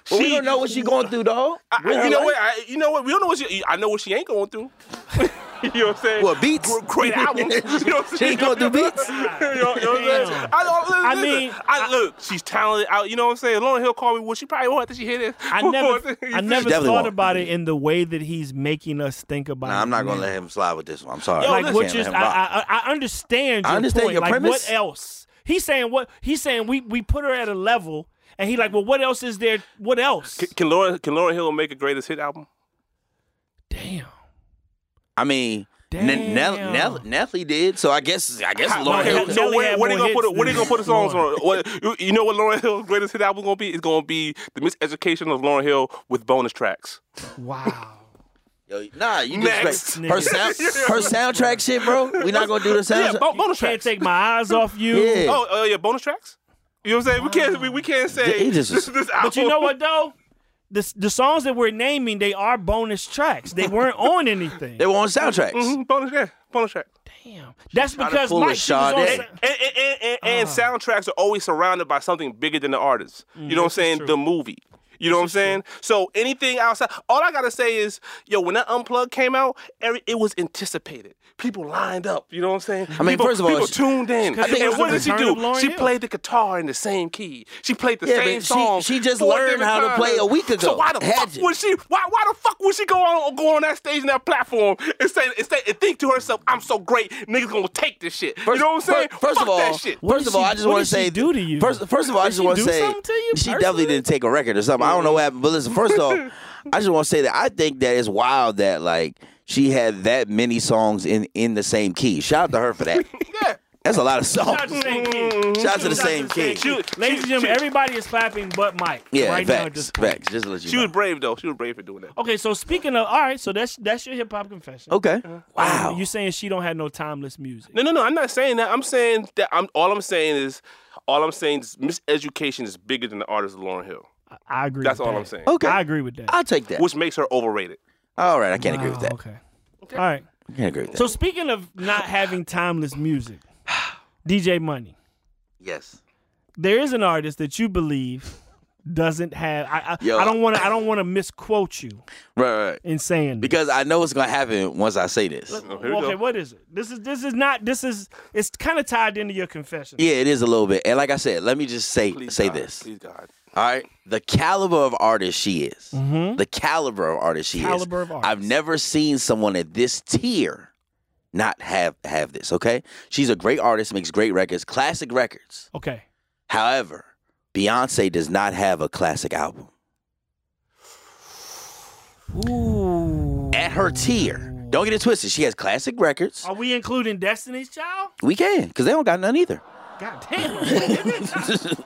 S4: she
S6: Well, we don't know what she going through, dog.
S4: I- I- you know what? I, you know what? We don't know what she. I know what she ain't going through. you know what I'm saying?
S6: Well, beats.
S4: Gr- Great albums. You know what I'm
S6: She
S4: saying?
S6: ain't going through beats.
S4: you know, you know what I'm saying?
S1: Damn.
S4: I, don't, listen,
S1: I
S4: listen.
S1: mean,
S4: I,
S1: I-
S4: look, she's talented. I, you know what I'm saying? Lauren Hill called me. Well, she probably won't. after she hear this.
S1: I never, I never
S6: definitely
S1: thought
S6: won't.
S1: about it in the way that he's making us think about.
S6: Nah,
S1: it
S6: I'm not
S1: now.
S6: gonna let him slide with this one. I'm sorry.
S4: Yo,
S6: I
S1: like
S6: can't
S4: listen.
S1: which is
S6: let
S1: I,
S6: him rock.
S1: I I- I understand.
S6: I
S1: Your
S6: understand
S1: point.
S6: your
S1: like,
S6: premise.
S1: What else? He's saying what he's saying. We we put her at a level, and he like, well, what else is there? What else?
S4: Can, can Lauren can Lauren Hill make a greatest hit album?
S1: Damn.
S6: I mean, N- Nell,
S1: Damn.
S6: Nell, Nelly did, so I guess I guess Lauren
S1: no,
S6: Hill.
S1: Nelly
S4: So where,
S1: had
S4: where they
S1: more
S4: gonna put
S1: hits
S4: the, where they
S1: than
S4: gonna put the songs
S1: Lauren.
S4: on? What, you, you know what Lauren Hill's greatest hit album gonna be? It's gonna be the miseducation of Lauren Hill with bonus tracks.
S1: Wow.
S6: Yo, nah, you
S4: Next.
S6: disrespect her sound, her soundtrack shit, bro. We not gonna do the
S4: Yeah,
S6: soundtrack.
S4: bo- bonus
S1: Can't
S4: tracks.
S1: take my eyes off you.
S6: Yeah.
S4: Oh, uh, yeah, bonus tracks. You know what I'm saying? We can't we, we can't say
S6: He just-
S4: this, this album.
S1: But you know what though? The, s- the songs that we're naming, they are bonus tracks. They weren't on anything. Mm-hmm.
S6: They were on soundtracks.
S4: Mhm, bonus Mm-hmm, yeah, bonus track.
S1: Damn. That's
S6: trying to
S1: because
S6: pull a
S1: Mike she was
S6: Sade.
S1: on
S6: Hey,
S1: sa-
S4: And, and, and, and, and
S6: Ah.
S4: soundtracks are always surrounded by something bigger than the artist.
S6: Mm-hmm.
S4: you know what I'm saying? The movie. You know what I'm saying? So anything outside, all I gotta say is, yo, when that unplugged came out, every, it was anticipated. People lined up. You know what I'm saying? I
S6: mean,
S4: people,
S6: first of all,
S4: people
S6: she-
S4: tuned in.
S1: I think it
S4: And
S1: was
S4: what
S1: the
S4: did she
S1: return of
S4: do?
S1: Lauryn
S4: She
S1: Hill.
S4: played the guitar in the same key. She played the
S6: Yeah,
S4: same
S6: but she-
S4: song.
S6: she just
S4: four
S6: learned
S4: different
S6: how to
S4: times.
S6: play a week
S4: So
S6: ago.
S4: why the
S6: Had
S4: fuck
S6: to.
S4: would she? Why, why the fuck would she go on go on that stage and that platform and say, and say and think to herself, I'm so great, niggas gonna take this shit.
S6: First,
S4: you know what I'm saying?
S6: fir- First
S4: Fuck
S6: of all,
S4: that shit.
S1: What
S6: first
S1: did
S6: of all,
S1: she-
S6: I just
S1: what
S6: want
S1: did
S6: to
S1: she
S6: say.
S1: do to you?
S6: First, first of all, I
S1: Did
S6: just
S1: she
S6: want
S1: do
S6: to say
S1: something to you
S6: she
S1: personally?
S6: definitely didn't take a record or something. I don't know what happened, but listen. First off, I just want to say that I think that it's wild that like she had that many songs in in the same key. Shout out to her for that.
S4: Yeah.
S6: That's a lot of songs.
S1: Shout out to the same king.
S6: Shout out to the same king.
S1: Ladies and gentlemen, everybody is clapping but Mike.
S6: Yeah,
S1: right now at
S6: facts,
S1: this point.
S6: facts. Just to let you
S4: She
S6: know.
S4: was brave though. She was brave for doing that.
S1: Okay, so speaking of, all right, so that's that's your hip hop confession.
S6: okay. Oh, Wow.
S1: Um, You saying she don't have no timeless music?
S4: No, no, no. I'm not saying that. I'm saying that. I'm all I'm saying is, all I'm saying is, miseducation is bigger than the artist of Lauren Hill,
S1: I agree.
S4: That's
S1: with
S4: all
S1: that.
S4: I'm saying.
S6: Okay.
S1: I agree with that.
S6: I'll take that.
S4: which makes her overrated.
S6: All right, I can't agree with
S1: Wow,
S6: that.
S1: Okay. All right.
S6: I can't agree with that.
S1: So speaking of not having timeless music, DJ Money,
S6: yes.
S1: there is an artist that you believe doesn't have. I I,
S6: Yo.
S1: I don't want to. I don't want to misquote you
S6: Right, right, right.
S1: in saying this.
S6: Because I know what's gonna happen once I say this.
S4: Oh, here we
S1: okay,
S4: go.
S1: what is it? This is this is not. This is it's kind of tied into your confession.
S6: Yeah, it is a little bit. And like I said, let me just say
S4: Please
S6: say
S4: God.
S6: this.
S4: Please God.
S6: All right. The caliber of artist she is. The caliber of artist she
S1: Mm-hmm. Caliber
S6: is.
S1: of artist.
S6: I've never seen someone at this tier not have have this, okay? She's a great artist, makes great records, classic records.
S1: Okay.
S6: However, Beyonce does not have a classic album.
S1: Ooh.
S6: At her tier. Don't get it twisted. She has classic records.
S1: Are we including Destiny's Child?
S6: We can, because they don't got none either.
S1: God damn. You-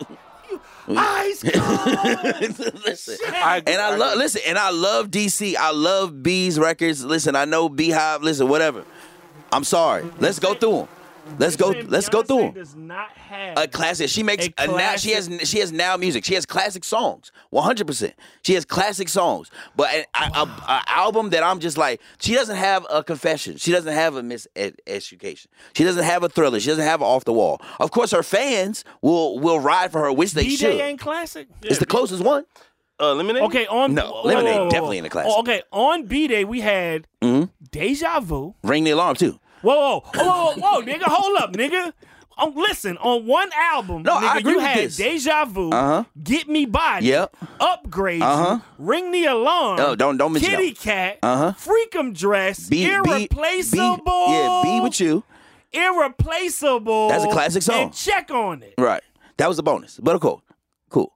S1: Eyes closed.
S6: Listen.
S4: I,
S6: And I love listen, and I love DC. I love B's records. Listen, I know Beehive. Listen, whatever. I'm sorry. Let's go through them. Let's go.
S1: Saying
S6: Let's go
S1: Beyonce
S6: through Uh, them.
S1: Does not have
S6: A classic. She makes
S1: A
S6: a now. She has she has now music. She has classic songs. 100. percent She has classic songs. But an a- a- a album that I'm just like. She doesn't have a confession. She doesn't have a miseducation. She doesn't have a thriller. She doesn't have a off the wall. Of course, her fans will will ride for her, which they
S1: DJ
S6: should.
S1: ain't classic.
S6: it's the closest one.
S4: uh, lemonade.
S1: Okay, on
S6: No, Lemonade definitely in the classic. Mm-hmm.
S1: Oh, okay, on B Day we had Deja Vu.
S6: Ring the alarm too.
S1: Whoa, whoa, whoa, whoa, whoa, nigga, hold up, nigga. Um, listen, on one album,
S6: No,
S1: nigga,
S6: I agree
S1: you
S6: with
S1: had
S6: this.
S1: Deja Vu,
S6: Uh-huh.
S1: Get Me Body,
S6: Yep.
S1: Upgrade, You,
S6: Uh-huh.
S1: Ring the Alarm,
S6: No, don't- don't mention
S1: Kitty
S6: that
S1: Cat,
S6: Uh-huh.
S1: Freakum Dress,
S6: B, B, B,
S1: Irreplaceable,
S6: yeah, be with you.
S1: Irreplaceable.
S6: That's a classic song.
S1: And check on it.
S6: Right. That was a bonus, but cool, cool.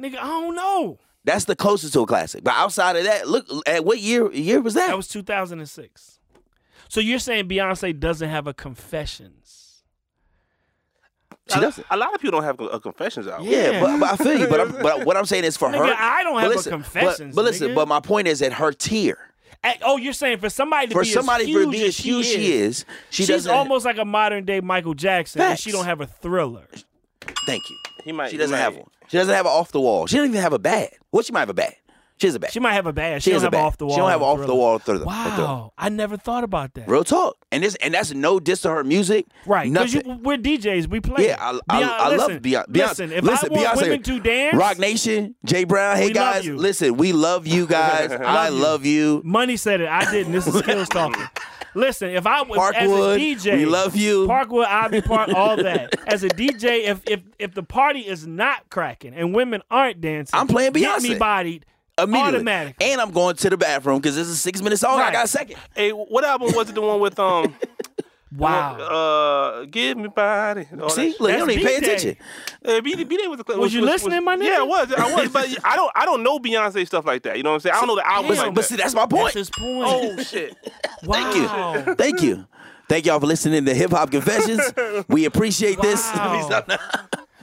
S1: Nigga, I don't know.
S6: That's the closest to a classic. But outside of that, look at what year year was that?
S1: That was 2006. So you're saying Beyonce doesn't have a Confessions?
S6: she doesn't.
S4: A lot of people don't have a confessions album.
S6: Yeah,
S1: Uh, Yeah.
S6: But, but I feel you. But, I'm, but what I'm saying is for
S1: Nigga,
S6: her.
S1: I don't
S6: but
S1: have a
S6: listen, but-
S1: confessions,
S6: But, listen,
S1: nigga.
S6: but my point is at her tier.
S1: At- oh, you're saying for somebody to
S6: For
S1: be
S6: somebody
S1: as huge
S6: for being
S1: as
S6: as huge
S1: she is,
S6: she
S1: she's
S6: doesn't.
S1: almost like a modern day Michael Jackson, and she
S6: Facts.
S1: don't have a thriller.
S6: Thank you.
S4: He might-
S6: She doesn't
S4: he
S6: have
S4: might-
S6: one. She doesn't have an off the wall. She doesn't even have a bad. Well, she might have a bad. She has a bad.
S1: She might have a bad. She,
S6: has
S1: don't
S6: a
S1: have
S6: bad.
S1: off the wall.
S6: She don't have
S1: a
S6: off the
S1: thriller.
S6: wall. Thriller. A thriller.
S1: Wow, I never thought about that.
S6: Real talk. And this and that's no diss to her music.
S1: Right, because
S6: Nothing.
S1: we're DJs, we play.
S6: Yeah, I, I,
S1: Beyonce-
S6: I
S1: listen,
S6: love Beyonce.
S1: Listen, if
S6: listen,
S1: I want
S6: Beyonce,
S1: women to dance,
S6: Rock Nation, Jay Brown, hey
S1: We love
S6: guys,
S1: you.
S6: listen, we love you guys. I love you.
S1: Money said it. I didn't. This is skills talking. Listen, if I was as a
S6: Parkwood,
S1: DJ,
S6: we love you.
S1: Parkwood, Ivy Park, all that. As a DJ, if if if the party is not cracking and women aren't dancing,
S6: I'm playing
S1: Get me
S6: Beyonce.
S1: bodied
S6: Immediately.
S1: automatically.
S6: And I'm going to the bathroom because this is six minutes song.
S1: Right.
S6: I got a second.
S4: Hey, what album was it? The one with um.
S6: Oh,
S1: wow.
S4: Uh, give me body. All that
S6: See,
S4: shit.
S6: look, you
S1: That's
S6: don't even pay
S1: B-Day.
S6: attention.
S4: Uh, B- B-Day was, a, was,
S1: you listening, my nigga?
S4: Yeah, I was. I was, but I don't. I don't know Beyonce stuff like that. You know what I'm saying? I don't know the albums
S1: Damn.
S4: like
S6: But
S4: that.
S6: see, that's my
S1: That's
S6: point.
S1: his point.
S4: Oh shit!
S1: wow.
S6: Thank you. Thank you. Thank y'all for listening to Hip Hop Confessions. we appreciate this.
S1: Wow.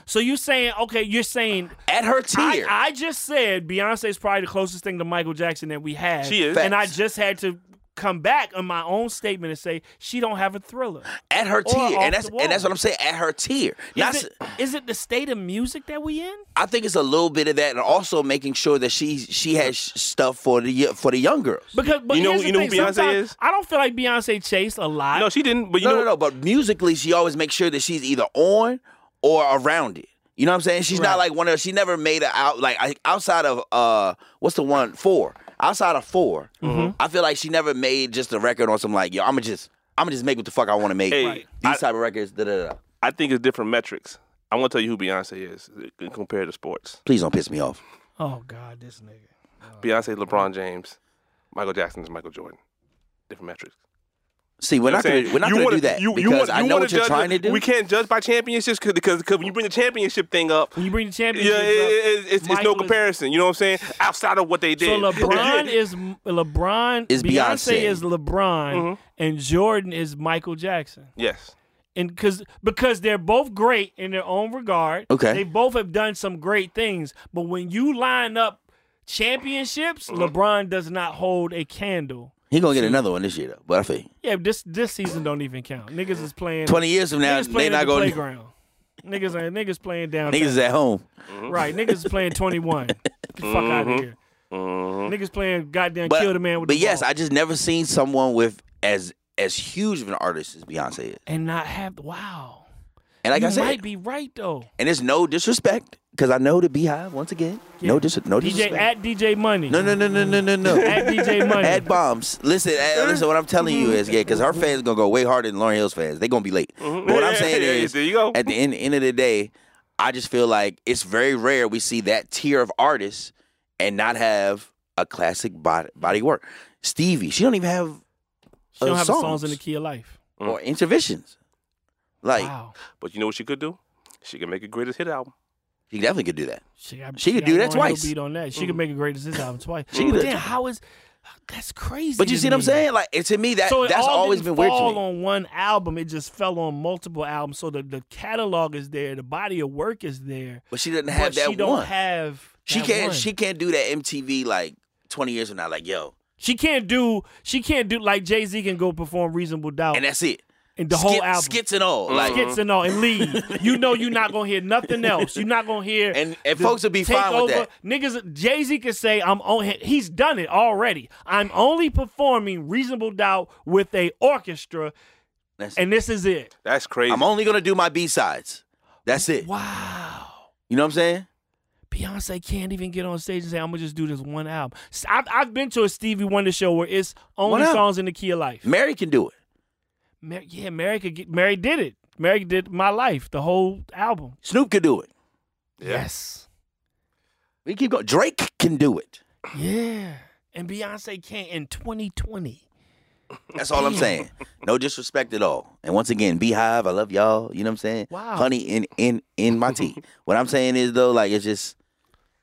S1: So you saying okay? You're saying
S6: At her
S1: I,
S6: tier.
S1: I just said Beyonce is probably the closest thing to Michael Jackson that we had.
S4: She is.
S1: and I
S6: Facts.
S1: just had to come back on my own statement and say she don't have a thriller.
S6: at her tier,
S1: off
S6: and that's
S1: the
S6: and that's
S1: wall.
S6: what I'm saying. At her tier, Not
S1: Is
S6: s-
S1: it, is it the state of music that we in?
S6: I think it's a little bit of that, and also making sure that she she has sh- stuff for the y- for the young girls.
S1: Because but
S4: You know-
S1: here's the
S4: you know
S1: thing,
S4: who Beyonce
S1: sometimes
S4: is?
S1: I don't feel like Beyonce chased a lot.
S4: No, she didn't. But you
S6: no,
S4: know,
S6: no, no. But musically, she always makes sure that she's either on or around it. You know what I'm saying? She's not like one of. She never made it out like I, outside of uh, what's the one four? Outside of 4
S4: Mm-hmm.
S6: I feel like she never made just a record on some like yo. I'm gonna just I'm gonna just make what the fuck I want to make.
S4: Hey, Right.
S6: These type of records. Da, da, da.
S4: I think it's different metrics. I want to tell you who Beyonce is uh, compared to sports.
S6: Please don't piss me off.
S1: Oh God, this nigga.
S4: Beyonce, LeBron James, Michael Jackson is Michael Jordan. Different metrics.
S6: See, we're not
S4: saying?
S6: gonna we're not
S4: You
S6: gonna
S4: wanna-
S6: do that
S4: you- you
S6: because
S4: wanna-
S6: I
S4: you
S6: know
S4: wanna
S6: what you're
S4: judge-
S6: trying to do.
S4: We can't judge by championships cause, because because when you bring the championship thing up,
S1: When you bring the championship,
S4: yeah, it, it, it's, it's no
S1: Michael is-
S4: comparison. you know what I'm saying? Outside of what they
S1: so
S4: did.
S1: LeBron is LeBron.
S6: Is
S1: Beyonce,
S6: Beyonce.
S1: is LeBron,
S4: Mm-hmm.
S1: and Jordan is Michael Jackson.
S4: yes.
S1: and because because they're both great in their own regard.
S6: Okay.
S1: they both have done some great things, but when you line up championships,
S4: Mm-hmm.
S1: LeBron does not hold a candle.
S6: He gonna get another one this year though. But I think
S1: Yeah, this this season don't even count. Niggas is playing.
S6: twenty years from now
S1: niggas
S6: they
S1: playing at
S6: not
S1: the
S6: gonna.
S1: playground. Niggas ain't niggas playing down.
S6: Niggas is at home.
S1: right. Niggas is playing twenty one. Get the fuck out of here. Niggas playing goddamn
S6: Mm-hmm. But,
S1: kill the man with
S6: but
S1: the
S6: yes,
S1: ball.
S6: I just never seen someone with as as huge of an artist as Beyonce is.
S1: and not have wow.
S6: And like
S1: you
S6: I said,
S1: might be right though.
S6: and it's no disrespect because I know the Beehive once again. No dis, no
S1: DJ
S6: disrespect.
S1: at DJ Money.
S6: no, no, no, no, no, no, no.
S1: At DJ Money.
S6: Ad bombs. Listen, ad, listen. What I'm telling you is, yeah, because her fans gonna go way harder than Lauren Hill's fans. They gonna be late.
S1: Mm-hmm.
S6: But what I'm
S4: Yeah,
S6: saying
S4: yeah,
S6: is,
S4: there you go.
S6: at the end, end of the day, I just feel like it's very rare we see that tier of artists and not have a classic body, body work. Stevie, she don't even have
S1: she don't
S6: uh,
S1: have
S6: songs.
S1: the songs in the key of life.
S6: or interventions. Like
S1: Wow.
S4: But you know what she could do? She could make a greatest hit album.
S6: she definitely could do that.
S1: She, got,
S6: She could do
S1: got
S6: that
S1: Lauren Hill
S6: twice. Mm.
S1: Beat on that. She could make a greatest hits album twice.
S6: She could do
S1: But
S6: that
S1: then
S6: twice.
S1: how is that's crazy?
S6: But you
S1: to
S6: see what I'm
S1: me.
S6: saying? Like and to me that
S1: So it
S6: Uh, that's
S1: all
S6: always
S1: didn't
S6: been weird to
S1: fall
S6: me.
S1: on one album. It just fell on multiple albums. So the, the catalog is there. The body of work is there.
S6: but she doesn't have
S1: but
S6: that
S1: she don't
S6: one.
S1: have.
S6: she
S1: that
S6: can't
S1: one.
S6: she can't do that MTV like 20 years from now. Like yo,
S1: She can't do. She can't do like Jay Z can go perform "Reasonable Doubt"
S6: and
S1: and,
S6: that's it.
S1: the whole
S6: Skit-
S1: album.
S6: skits and all. Like
S1: skits and all and leave. you know you're not gonna hear nothing else. You're not gonna hear
S6: And- and folks would be fine with that.
S1: Niggas, Jay Z could say I'm on. He's done it already. I'm only performing Reasonable Doubt with a orchestra,
S6: that's-
S1: and this is it.
S4: That's crazy.
S6: I'm only gonna do my B sides. That's it.
S1: Wow.
S6: You know what I'm saying?
S1: Beyonce can't even get on stage and say I'm gonna just do this one album. S- I've, I've been to a Stevie Wonder show where it's
S6: One
S1: only
S6: album.
S1: songs in the key of life.
S6: Mary can do it.
S1: Mar- yeah, Mary could get. Mary did it. Mary did my life, the whole album.
S6: Snoop can do it.
S1: Yes.
S6: We keep going. Drake can do it.
S1: Yeah. And Beyonce can't in 2020.
S6: That's all I'm saying. No disrespect at all. And once again, Beehive, I love y'all. You know what I'm saying?
S1: Wow.
S6: Honey in in in my tea. what I'm saying is though, like it's just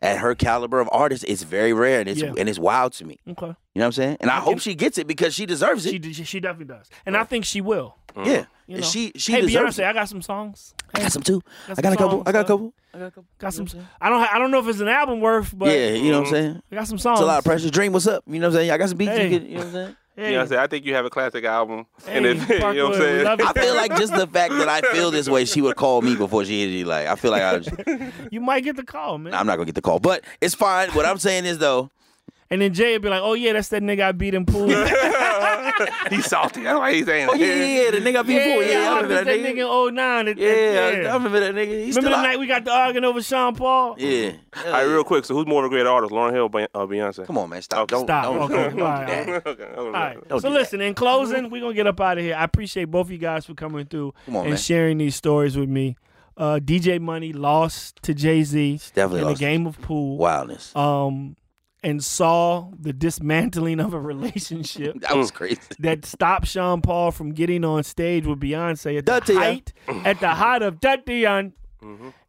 S6: at her caliber of artist, it's very rare and it's
S1: Yeah.
S6: and it's wild to me.
S1: Okay.
S6: You know what I'm saying? And I hope she gets it because she deserves it.
S1: She did, she definitely does. And I think she will.
S6: yeah.
S1: You know?
S6: And She she
S1: hey,
S6: deserves
S1: Beyonce,
S6: it.
S1: I got some songs.
S6: I got some too.
S1: got
S6: I got a
S1: some
S6: couple.
S1: songs,
S6: I got a
S1: though.
S6: couple.
S1: Got some I don't ha- I don't know if it's an album worth, but
S6: yeah, you know what I'm saying?
S1: I got some songs.
S6: It's a lot of pressure. Dream, what's up? You know what I'm saying? I got some beats
S1: Hey.
S6: you, can, you know what I'm saying?
S1: Hey,
S4: Beyonce, I think you have a classic album. and
S1: Hey,
S4: if, you know
S1: Parkwood,
S4: what I'm saying?
S1: love
S6: I feel like just the fact that I feel this way, she would call me before she hears you. Like I feel like I was,
S1: you might get the call, man.
S6: I'm not gonna get the call, but it's fine. What I'm saying is though,
S1: and then Jay would be like, "Oh yeah, that's that nigga I beat in pool." yeah,
S4: He's salty. That's why he's saying
S6: Oh yeah, yeah, yeah. The nigga I beat before. Yeah, I
S1: I
S6: remember
S1: beat
S6: that nigga.
S1: nigga in 09. It-
S6: Yeah,
S1: it-
S6: I- I remember that nigga. He's
S1: Remember
S6: still
S1: the night
S6: out.
S1: we got the arguing over Sean Paul?
S6: Yeah.
S4: All right, real quick. So who's more of a great artist, Lauren Hill or Bey- uh, Beyonce?
S6: Come on, man. Stop. Don't.
S1: Stop.
S6: Don't,
S1: Okay,
S6: don't do
S1: all right,
S6: that.
S1: all right.
S4: okay. all
S1: All
S4: right.
S1: right.
S6: Don't
S1: so
S6: do that.
S1: listen, in closing, we're gonna get up out of here. I appreciate both of you guys for coming through
S6: Come on,
S1: and
S6: man.
S1: sharing these stories with me. Uh, DJ Money lost to Jay Z
S6: Definitely
S1: in the
S6: lost.
S1: game of pool.
S6: Wildness.
S1: Um, and saw the dismantling of a relationship
S6: That was crazy.
S1: that stopped Sean Paul from getting on stage with Beyonce at the
S6: Dutty-un.
S1: height, at the height of Dutty-un.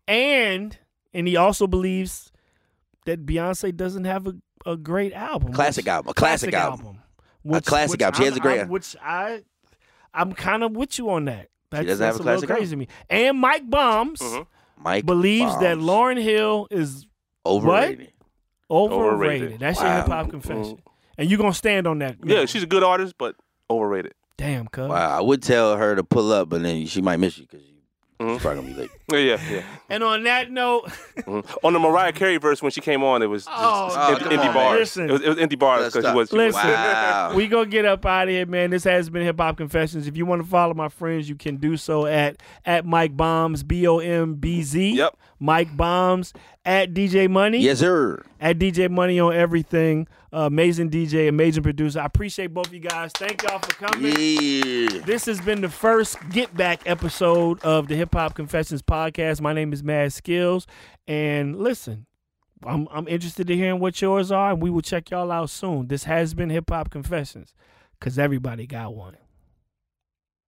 S1: and and he also believes that Beyonce doesn't have a, a great album,
S6: Classic
S1: which-
S6: album. A classic album.
S1: which-
S6: classic
S1: which
S6: album. She
S1: I'm-
S6: has a great
S1: I'm-
S6: album.
S1: Which I, I'm kind of with you on that. That's,
S6: doesn't have
S1: that's
S6: a
S1: little
S6: classic album.
S1: crazy to me. And Mike Bombs
S6: Mike
S1: believes that
S6: Bombs.
S1: Lauren Hill is
S6: overrated.
S1: overrated. That's your
S6: Wow.
S1: hip hop confession. and you gonna stand on that.
S4: Yeah, she's a good artist, but overrated.
S1: damn, cuz.
S6: Wow, Uh, I would tell her to pull up, but then she might miss you because you
S1: Mm-hmm.
S6: she's probably gonna be late.
S4: Yeah, yeah, yeah.
S1: And on that note,
S4: Mhm. On the Mariah Carey verse, when she came on, it was just
S1: Oh,
S4: em-
S6: Oh, come
S4: empty
S6: on,
S4: bars.
S1: listen.
S4: It, was, it was empty bars
S6: Let's
S4: because she
S6: stop.
S4: was. she was-
S1: Listen.
S6: Wow.
S1: we gonna get up out of here, man. This has been Hip Hop Confessions. If you want to follow my friends, you can do so at at Mike Bombs B O M B Z.
S4: Yep.
S1: Mike Bombs at DJ Money.
S6: yes, sir.
S1: At DJ Money on everything. Uh, amazing DJ, amazing producer. I appreciate both of you guys. Thank y'all for coming.
S6: Yeah.
S1: This has been the first Get Back episode of the Hip Hop Confessions podcast. My name is Mad Skills, and listen, I'm I'm interested in hearing what yours are, and we will check y'all out soon. This has been Hip Hop Confessions, cause everybody got one.